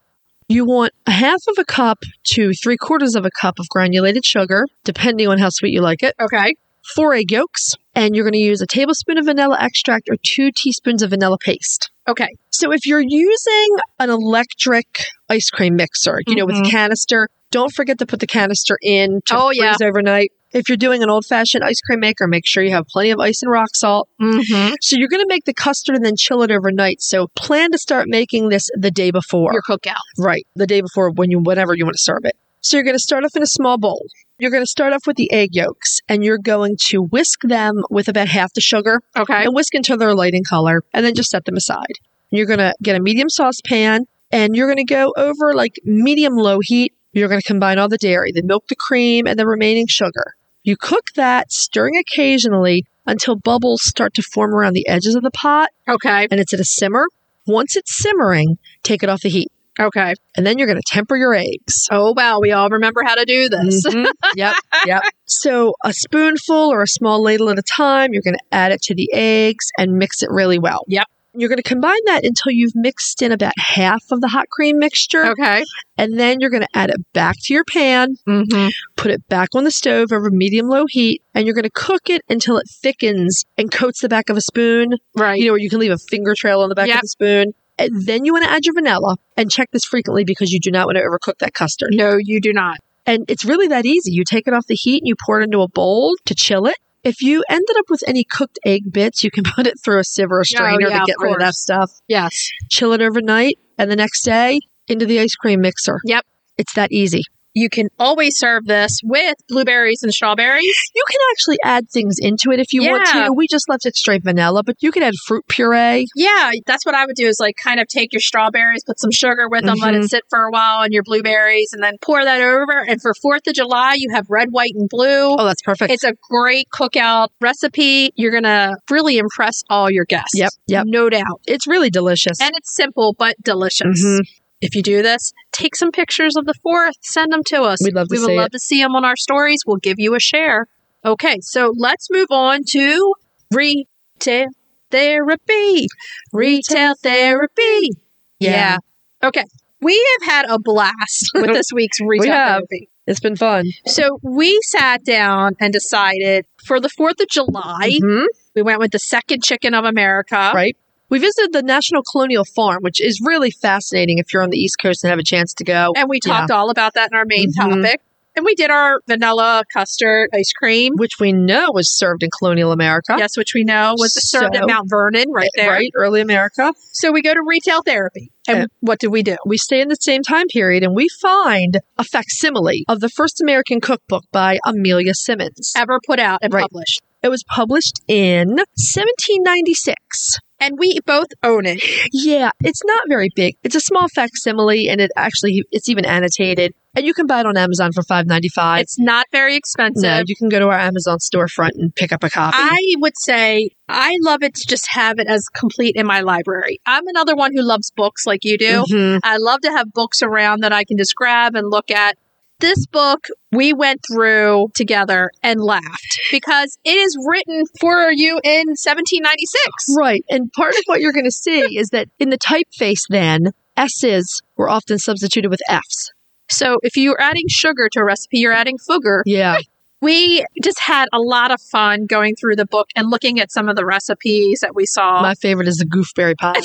Speaker 3: You want a half of a cup to three quarters of a cup of granulated sugar, depending on how sweet you like it,
Speaker 2: okay.
Speaker 3: four egg yolks, and you're going to use a tablespoon of vanilla extract or two teaspoons of vanilla paste.
Speaker 2: Okay.
Speaker 3: So if you're using an electric ice cream mixer, you know, with
Speaker 2: Mhm.
Speaker 3: canister, don't forget to put the canister in to
Speaker 2: Oh,
Speaker 3: freeze
Speaker 2: yeah.
Speaker 3: overnight. If you're doing an old fashioned ice cream maker, make sure you have plenty of ice and rock salt.
Speaker 2: Mm-hmm.
Speaker 3: So you're going to make the custard and then chill it overnight. So plan to start making this the day before.
Speaker 2: Your cookout.
Speaker 3: Right, the day before when you whenever you want to serve it. So you're going to start off in a small bowl. You're going to start off with the egg yolks and you're going to whisk them with about half the sugar
Speaker 2: Okay.
Speaker 3: and whisk until they're light in color and then just set them aside. You're going to get a medium saucepan and you're going to go over like medium low heat. You're going to combine all the dairy, the milk, the cream, and the remaining sugar. You cook that, stirring occasionally until bubbles start to form around the edges of the pot
Speaker 2: Okay.
Speaker 3: and it's at a simmer. Once it's simmering, take it off the heat.
Speaker 2: Okay.
Speaker 3: And then you're going to temper your eggs.
Speaker 2: Oh, wow. We all remember how to do this.
Speaker 3: Mhm. Yep, yep. So a spoonful or a small ladle at a time, you're going to add it to the eggs and mix it really well.
Speaker 2: Yep.
Speaker 3: You're going to combine that until you've mixed in about half of the hot cream mixture,
Speaker 2: Okay.
Speaker 3: and then you're going to add it back to your pan,
Speaker 2: Mm-hmm.
Speaker 3: put it back on the stove over medium low heat, and you're going to cook it until it thickens and coats the back of a spoon,
Speaker 2: Right.
Speaker 3: you know, where you can leave a finger trail on the back
Speaker 2: Yep.
Speaker 3: of the spoon. And then you want to add your vanilla and check this frequently because you do not want to overcook that custard.
Speaker 2: no, you do not.
Speaker 3: And it's really that easy. You take it off the heat and you pour it into a bowl to chill it. If you ended up with any cooked egg bits, you can put it through a sieve or a strainer
Speaker 2: Oh, yeah,
Speaker 3: to
Speaker 2: of
Speaker 3: get rid of that
Speaker 2: course.
Speaker 3: stuff.
Speaker 2: Yes.
Speaker 3: Chill it overnight and the next day into the ice cream mixer.
Speaker 2: Yep.
Speaker 3: It's that easy.
Speaker 2: You can always serve this with blueberries and strawberries.
Speaker 3: You can actually add things into it if you want
Speaker 2: Yeah.
Speaker 3: to. We just left it straight vanilla, but you can add fruit puree.
Speaker 2: Yeah, that's what I would do is like kind of take your strawberries, put some sugar with them,
Speaker 3: Mm-hmm.
Speaker 2: let it sit for a while, and your blueberries, and then pour that over. And for 4th of July, you have red, white, and blue.
Speaker 3: Oh, that's perfect.
Speaker 2: It's a great cookout recipe. You're going to really impress all your guests.
Speaker 3: Yep, yep.
Speaker 2: No doubt.
Speaker 3: it's really delicious.
Speaker 2: And it's simple but delicious.
Speaker 3: Mhm.
Speaker 2: If you do this, take some pictures of the 4th, send them to us.
Speaker 3: We'd love to
Speaker 2: we would
Speaker 3: see
Speaker 2: love
Speaker 3: it.
Speaker 2: to see them on our stories. We'll give you a share. Okay, so let's move on to Retail therapy. Retail therapy. Yeah. Okay. We have had a blast with this week's retail
Speaker 3: have.
Speaker 2: therapy.
Speaker 3: It's been fun.
Speaker 2: So we sat down and decided for the 4th of July,
Speaker 3: Mhm.
Speaker 2: we went with the second chicken of America.
Speaker 3: Right. We visited the National Colonial Farm, which is really fascinating if you're on the East Coast and have a chance to go.
Speaker 2: And we talked all about that in our main
Speaker 3: Mhm.
Speaker 2: topic. And we did our vanilla custard ice cream.
Speaker 3: which we know was served in colonial America.
Speaker 2: Yes, which we know was served
Speaker 3: So-
Speaker 2: at Mount Vernon right there.
Speaker 3: Right, early America.
Speaker 2: So we go to retail therapy. And
Speaker 3: Yeah.
Speaker 2: what did we do?
Speaker 3: We stay in the same time period and we find a facsimile of the first American cookbook by Amelia Simmons.
Speaker 2: Ever put out and
Speaker 3: Right.
Speaker 2: published.
Speaker 3: It was published in 1796.
Speaker 2: And we both own it.
Speaker 3: Yeah, it's not very big. It's a small facsimile and it actually it's even annotated and you can buy it on Amazon for 5.95.
Speaker 2: It's not very expensive.
Speaker 3: no, you can go to our Amazon storefront and pick up a copy.
Speaker 2: I would say I love it to just have it as complete in my library. I'm another one who loves books like you do.
Speaker 3: Mhm.
Speaker 2: I love to have books around that I can just grab and look at. This book we went through together and laughed because it is written for you in 1796.
Speaker 3: Right. And part of what you're going to see is that in the typeface then, S's were often substituted with F's.
Speaker 2: So if you're adding sugar to a recipe, you're adding fugger.
Speaker 3: Yeah.
Speaker 2: We just had a lot of fun going through the book and looking at some of the recipes that we saw.
Speaker 3: My favorite is the gooseberry pie.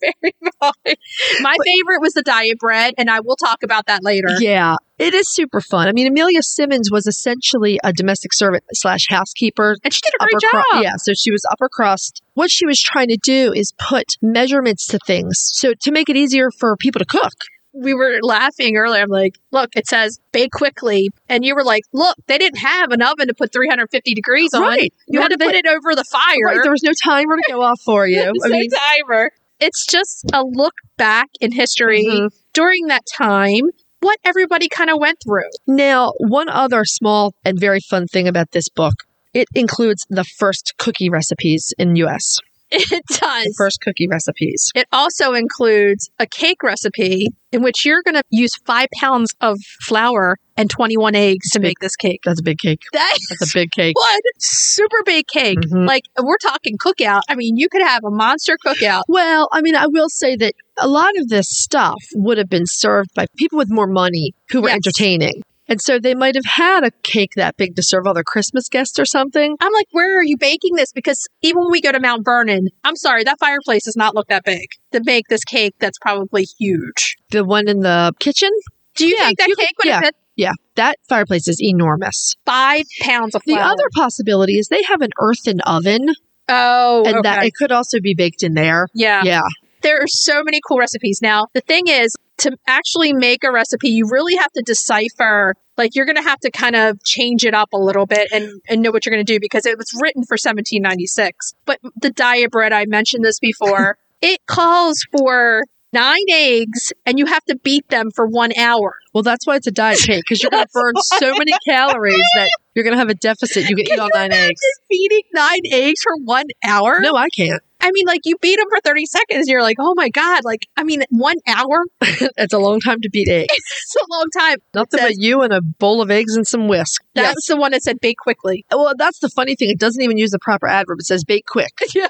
Speaker 2: Very much. My favorite was the diet bread, and I will talk about that later.
Speaker 3: Yeah, it is super fun. I mean, Amelia Simmons was essentially a domestic servant slash housekeeper.
Speaker 2: And she did a great
Speaker 3: upper
Speaker 2: job.
Speaker 3: cro- yeah, so she was upper crust. What she was trying to do is put measurements to things, so to make it easier for people to cook.
Speaker 2: We were laughing earlier. I'm like, look, it says bake quickly. And you were like, look, they didn't have an oven to put 350 degrees on. You had to put it over the fire.
Speaker 3: Right, there was no timer to go off for you.
Speaker 2: It's
Speaker 3: I
Speaker 2: no
Speaker 3: mean,
Speaker 2: timer. It's just a look back in history
Speaker 3: mhm.
Speaker 2: during that time, what everybody kind of went through.
Speaker 3: now one other small and very fun thing about this book. It includes the first cookie recipes in U.S.
Speaker 2: It does.
Speaker 3: The first cookie recipes.
Speaker 2: It also includes a cake recipe in which you're going to use five pounds of flour and 21 eggs to make this cake.
Speaker 3: That's a big cake.
Speaker 2: That
Speaker 3: That's a
Speaker 2: is
Speaker 3: big cake.
Speaker 2: one super big cake.
Speaker 3: Mhm.
Speaker 2: Like, we're talking cookout. I mean, you could have a monster cookout.
Speaker 3: Well, I mean, I will say that a lot of this stuff would have been served by people with more money who were
Speaker 2: Yes.
Speaker 3: entertaining. And so they might have had a cake that big to serve all their Christmas guests or something.
Speaker 2: I'm like, where are you baking this? Because even when we go to Mount Vernon, I'm sorry, that fireplace does not look that big to make this cake that's probably huge.
Speaker 3: The one in the kitchen,
Speaker 2: Do you
Speaker 3: Yeah,
Speaker 2: think that
Speaker 3: you could-
Speaker 2: cake would have
Speaker 3: yeah.
Speaker 2: been
Speaker 3: that fireplace is enormous.
Speaker 2: five pounds of
Speaker 3: The
Speaker 2: flour?
Speaker 3: other possibility is they have an earthen oven
Speaker 2: oh,
Speaker 3: and
Speaker 2: okay.
Speaker 3: that it could also be baked in there.
Speaker 2: yeah.
Speaker 3: Yeah.
Speaker 2: there are so many cool recipes. Now, the thing is, to actually make a recipe, you really have to decipher. Like you're going to have to kind of change it up a little bit and, and know what you're going to do because it was written for 1796. But the diet bread, I mentioned this before, it calls for nine eggs and you have to beat them for one hour.
Speaker 3: Well, that's why it's a diet cake because you're going to burn so many calories that you're going to have a deficit. You can eat all nine eggs.
Speaker 2: Beating nine eggs for one hour?
Speaker 3: No, I can't.
Speaker 2: I mean, like you beat them for 30 seconds. And you're like, oh my God. Like, I mean, one hour?
Speaker 3: It's a long time to beat eggs.
Speaker 2: It's a long time.
Speaker 3: Nothing
Speaker 2: says-
Speaker 3: but you and a bowl of eggs and some whisk.
Speaker 2: That's the one that said bake quickly.
Speaker 3: Well, that's the funny thing. It doesn't even use the proper adverb. It says bake quick.
Speaker 2: Yeah,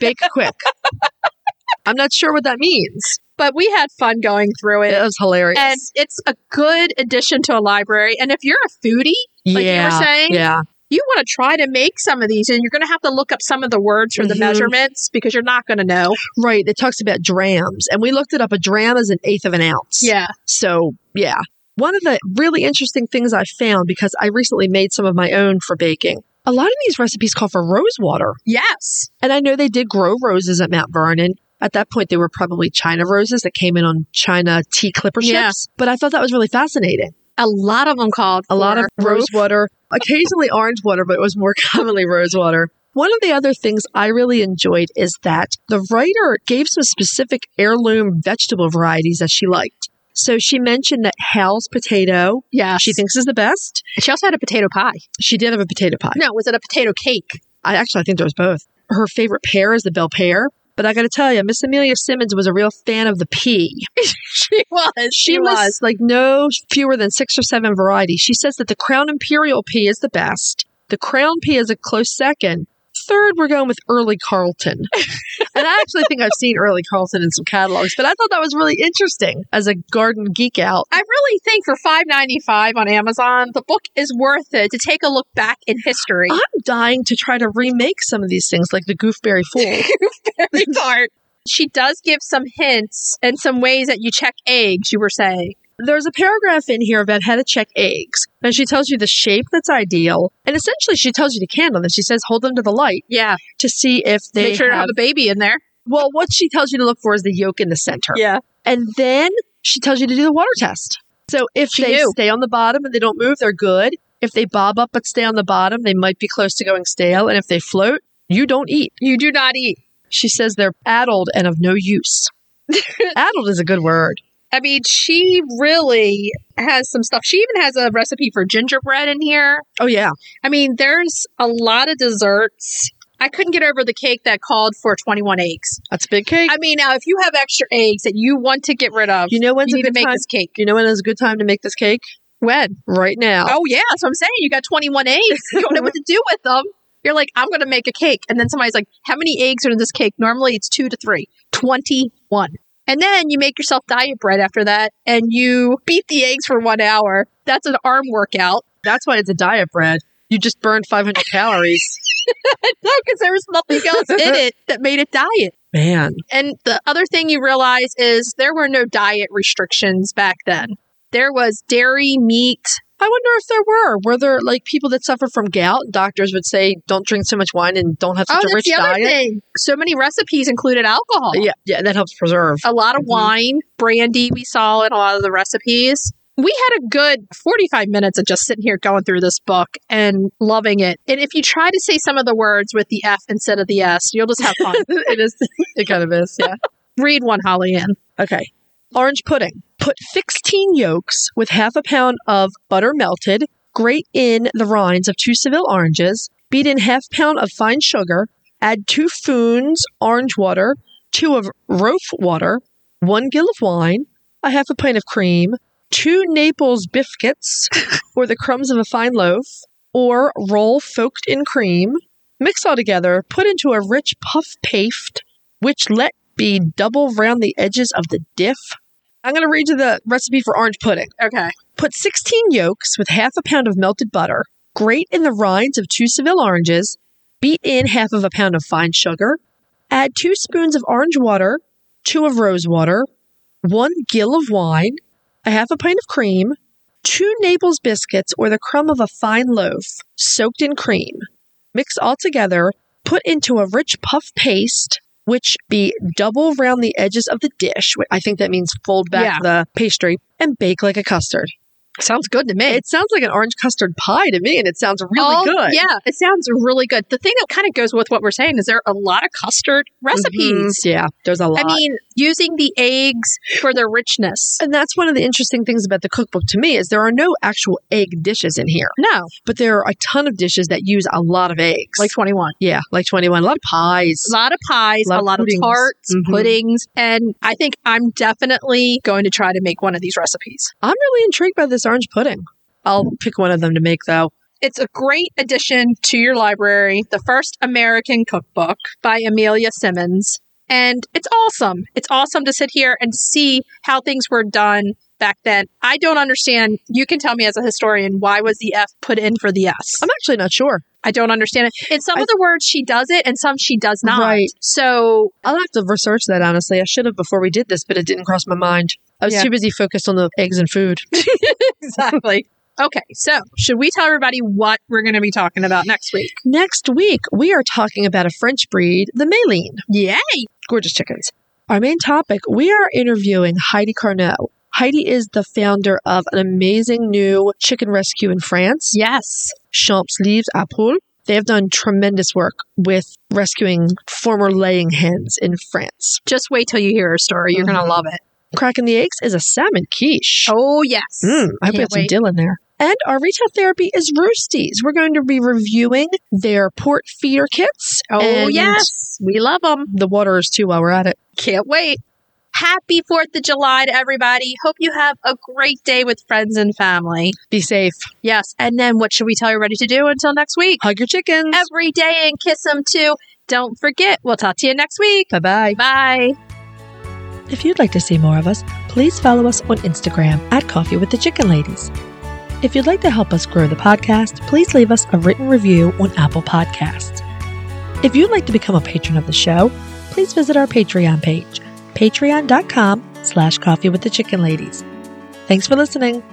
Speaker 3: bake quick. I'm not sure what that means.
Speaker 2: but we had fun going through it.
Speaker 3: It was hilarious.
Speaker 2: And it's a good addition to a library. And if you're a foodie, like you were saying,
Speaker 3: yeah,
Speaker 2: you want to try to make some of these, and you're going to have to look up some of the words for the
Speaker 3: Mhm.
Speaker 2: measurements because you're not going to know.
Speaker 3: right. It talks about drams, and we looked it up. A dram is an eighth of an ounce.
Speaker 2: Yeah.
Speaker 3: So yeah, one of the really interesting things I found because I recently made some of my own for baking. A lot of these recipes call for rose water,
Speaker 2: Yes.
Speaker 3: and I know they did grow roses at Mount Vernon. At that point, they were probably China roses that came in on China tea clipper ships.
Speaker 2: Yeah.
Speaker 3: But I thought that was really fascinating.
Speaker 2: A lot of them called
Speaker 3: a lot of
Speaker 2: for
Speaker 3: rose water, occasionally orange water, but it was more commonly rose water. One of the other things I really enjoyed is that the writer gave some specific heirloom vegetable varieties that she liked. So she mentioned that Hal's potato
Speaker 2: Yes.
Speaker 3: she thinks is the best.
Speaker 2: she also had a potato pie.
Speaker 3: She did have a potato pie.
Speaker 2: No, was it a potato cake?
Speaker 3: I actually I think there was both. Her favorite pear is the bell pear. But I got to tell you, Miss Amelia Simmons was a real fan of the pea.
Speaker 2: she was.
Speaker 3: She, lists like no fewer than six or seven varieties. She says that the Crown Imperial pea is the best. The Crown pea is a close second. Third, we're going with Early Carlton. and I actually think I've seen Early Carlton in some catalogs, but I thought that was really interesting as a garden geek out.
Speaker 2: I really think for five ninety five on Amazon, the book is worth it to take a look back in history.
Speaker 3: I'm dying to try to remake some of these things, like the Goofberry Fool.
Speaker 2: Very dark. She does give some hints and some ways that you check eggs, you were saying.
Speaker 3: There's a paragraph in here about how to check eggs, and she tells you the shape that's ideal, and essentially she tells you to candle them. She says hold them to the light
Speaker 2: Yeah.
Speaker 3: to see if they
Speaker 2: Make sure you don't
Speaker 3: have
Speaker 2: have a baby in there.
Speaker 3: Well, what she tells you to look for is the yolk in the center.
Speaker 2: Yeah.
Speaker 3: And then she tells you to do the water test. So if
Speaker 2: She
Speaker 3: they
Speaker 2: knew.
Speaker 3: stay on the bottom and they don't move, they're good. If they bob up but stay on the bottom, they might be close to going stale. And if they float, you don't eat.
Speaker 2: You do not eat.
Speaker 3: She says they're addled and of no use. addled is a good word.
Speaker 2: I mean, she really has some stuff. She even has a recipe for gingerbread in here.
Speaker 3: Oh, yeah.
Speaker 2: I mean, there's a lot of desserts. I couldn't get over the cake that called for 21 eggs.
Speaker 3: That's a big cake.
Speaker 2: I mean, now if you have extra eggs that you want to get rid of,
Speaker 3: you know when's
Speaker 2: you
Speaker 3: a
Speaker 2: need to
Speaker 3: good
Speaker 2: make
Speaker 3: time?
Speaker 2: this cake.
Speaker 3: You know when is a good time to make this cake?
Speaker 2: When?
Speaker 3: Right now.
Speaker 2: Oh yeah, that's what I'm saying. You got 21 eggs. You don't know what to do with them. You're like, I'm going to make a cake, and then somebody's like, How many eggs are in this cake? Normally it's two to three. 21. And then you make yourself diet bread after that, and you beat the eggs for one hour. That's an arm workout.
Speaker 3: That's why it's a diet bread. You just burned 500 calories.
Speaker 2: No, because there was nothing else in it that made it diet.
Speaker 3: Man.
Speaker 2: And the other thing you realize is there were no diet restrictions back then. There was dairy, meat.
Speaker 3: I wonder if there were. Were there like people that suffered from gout? Doctors would say, don't drink so much wine and don't
Speaker 2: Oh,
Speaker 3: have such a rich diet.
Speaker 2: thing. So many recipes included alcohol.
Speaker 3: Yeah, yeah, that helps preserve.
Speaker 2: a lot of
Speaker 3: Mhm.
Speaker 2: wine, brandy we saw in a lot of the recipes. We had a good 45 minutes of just sitting here going through this book and loving it. And if you try to say some of the words with the F instead of the S, you'll just have fun.
Speaker 3: it is. It kind of is. Yeah.
Speaker 2: Read one, Holly Ann.
Speaker 3: Okay. Orange pudding. Put 16 yolks with half a pound of butter melted. Grate in the rinds of two Seville oranges. Beat in half pound of fine sugar. Add two foons orange water, two of rofe water, one gill of wine, a half a pint of cream, two Naples biscuits, or the crumbs of a fine loaf, or roll soaked in cream. Mix all together. Put into a rich puff paste, which let be double round the edges of the diff. I'm going to read you the recipe for orange pudding.
Speaker 2: Okay.
Speaker 3: Put 16 yolks with half a pound of melted butter, grate in the rinds of two Seville oranges, beat in half of a pound of fine sugar, add two spoons of orange water, two of rose water, one gill of wine, a half a pint of cream, two Naples biscuits or the crumb of a fine loaf soaked in cream. Mix all together, put into a rich puff paste, which be double round the edges of the dish. wh- I think that means fold back the pastry and bake like a custard.
Speaker 2: Sounds good to me.
Speaker 3: It sounds like an orange custard pie to me, and it sounds really
Speaker 2: Oh,
Speaker 3: good.
Speaker 2: Yeah, it sounds really good. The thing that kind of goes with what we're saying is there are a lot of custard recipes.
Speaker 3: Mhm. Yeah, there's a lot.
Speaker 2: I mean, using the eggs for their richness.
Speaker 3: and that's one of the interesting things about the cookbook to me is there are no actual egg dishes in here,
Speaker 2: No,
Speaker 3: but there are a ton of dishes that use a lot of eggs.
Speaker 2: like 21.
Speaker 3: yeah, like 21, a lot of pies.
Speaker 2: a lot of pies,
Speaker 3: Lot
Speaker 2: a
Speaker 3: of
Speaker 2: lot
Speaker 3: puddings.
Speaker 2: of tarts,
Speaker 3: Mhm.
Speaker 2: puddings, and I think I'm definitely going to try to make one of these recipes.
Speaker 3: I'm really intrigued by this orange pudding. I'll pick one of them to make though.
Speaker 2: It's a great addition to your library, the first American cookbook by Amelia Simmons. And it's awesome. It's awesome to sit here and see how things were done back then. I don't understand. You can tell me as a historian, why was the F put in for the S?
Speaker 3: I'm actually not sure.
Speaker 2: I don't understand it. In some
Speaker 3: I-
Speaker 2: of the words, she does it, and some she does not.
Speaker 3: Right.
Speaker 2: So
Speaker 3: I'll have to research that honestly. I should have before we did this, but it didn't cross my mind. I was
Speaker 2: Yeah.
Speaker 3: too busy focused on the eggs and food.
Speaker 2: exactly. Okay, so should we tell everybody what we're going to be talking about next week?
Speaker 3: Next week, we are talking about a French breed, the Maline.
Speaker 2: Yay!
Speaker 3: Gorgeous chickens. Our main topic, we are interviewing Heidi Carnot. Heidi is the founder of an amazing new chicken rescue in France.
Speaker 2: Yes.
Speaker 3: Champs Leaves à Poule. They have done tremendous work with rescuing former laying hens in France.
Speaker 2: Just wait till you hear her story. You're going
Speaker 3: Mhm.
Speaker 2: to love it.
Speaker 3: Cracking the eggs is a salmon quiche.
Speaker 2: Oh, yes.
Speaker 3: Mm, I hope we
Speaker 2: Can't
Speaker 3: have some
Speaker 2: wait.
Speaker 3: dill in there. And our retail therapy is Roosties. We're going to be reviewing their port feeder kits.
Speaker 2: Oh,
Speaker 3: and
Speaker 2: yes. We love them.
Speaker 3: The water is too while we're at it.
Speaker 2: Can't wait. Happy 4th of July to everybody. Hope you have a great day with friends and family.
Speaker 3: Be safe.
Speaker 2: Yes. And then what should we tell everybody to do until next week?
Speaker 3: Hug your chickens.
Speaker 2: Every day and kiss them too. Don't forget. We'll talk to you next week.
Speaker 3: Bye bye.
Speaker 2: Bye.
Speaker 3: If you'd like to see more of us, please follow us on Instagram at Coffee with the Chicken Ladies. If you'd like to help us grow the podcast, please leave us a written review on Apple Podcasts. If you'd like to become a patron of the show, please visit our Patreon page, patreon.com slash coffee with the chicken ladies. Thanks for listening.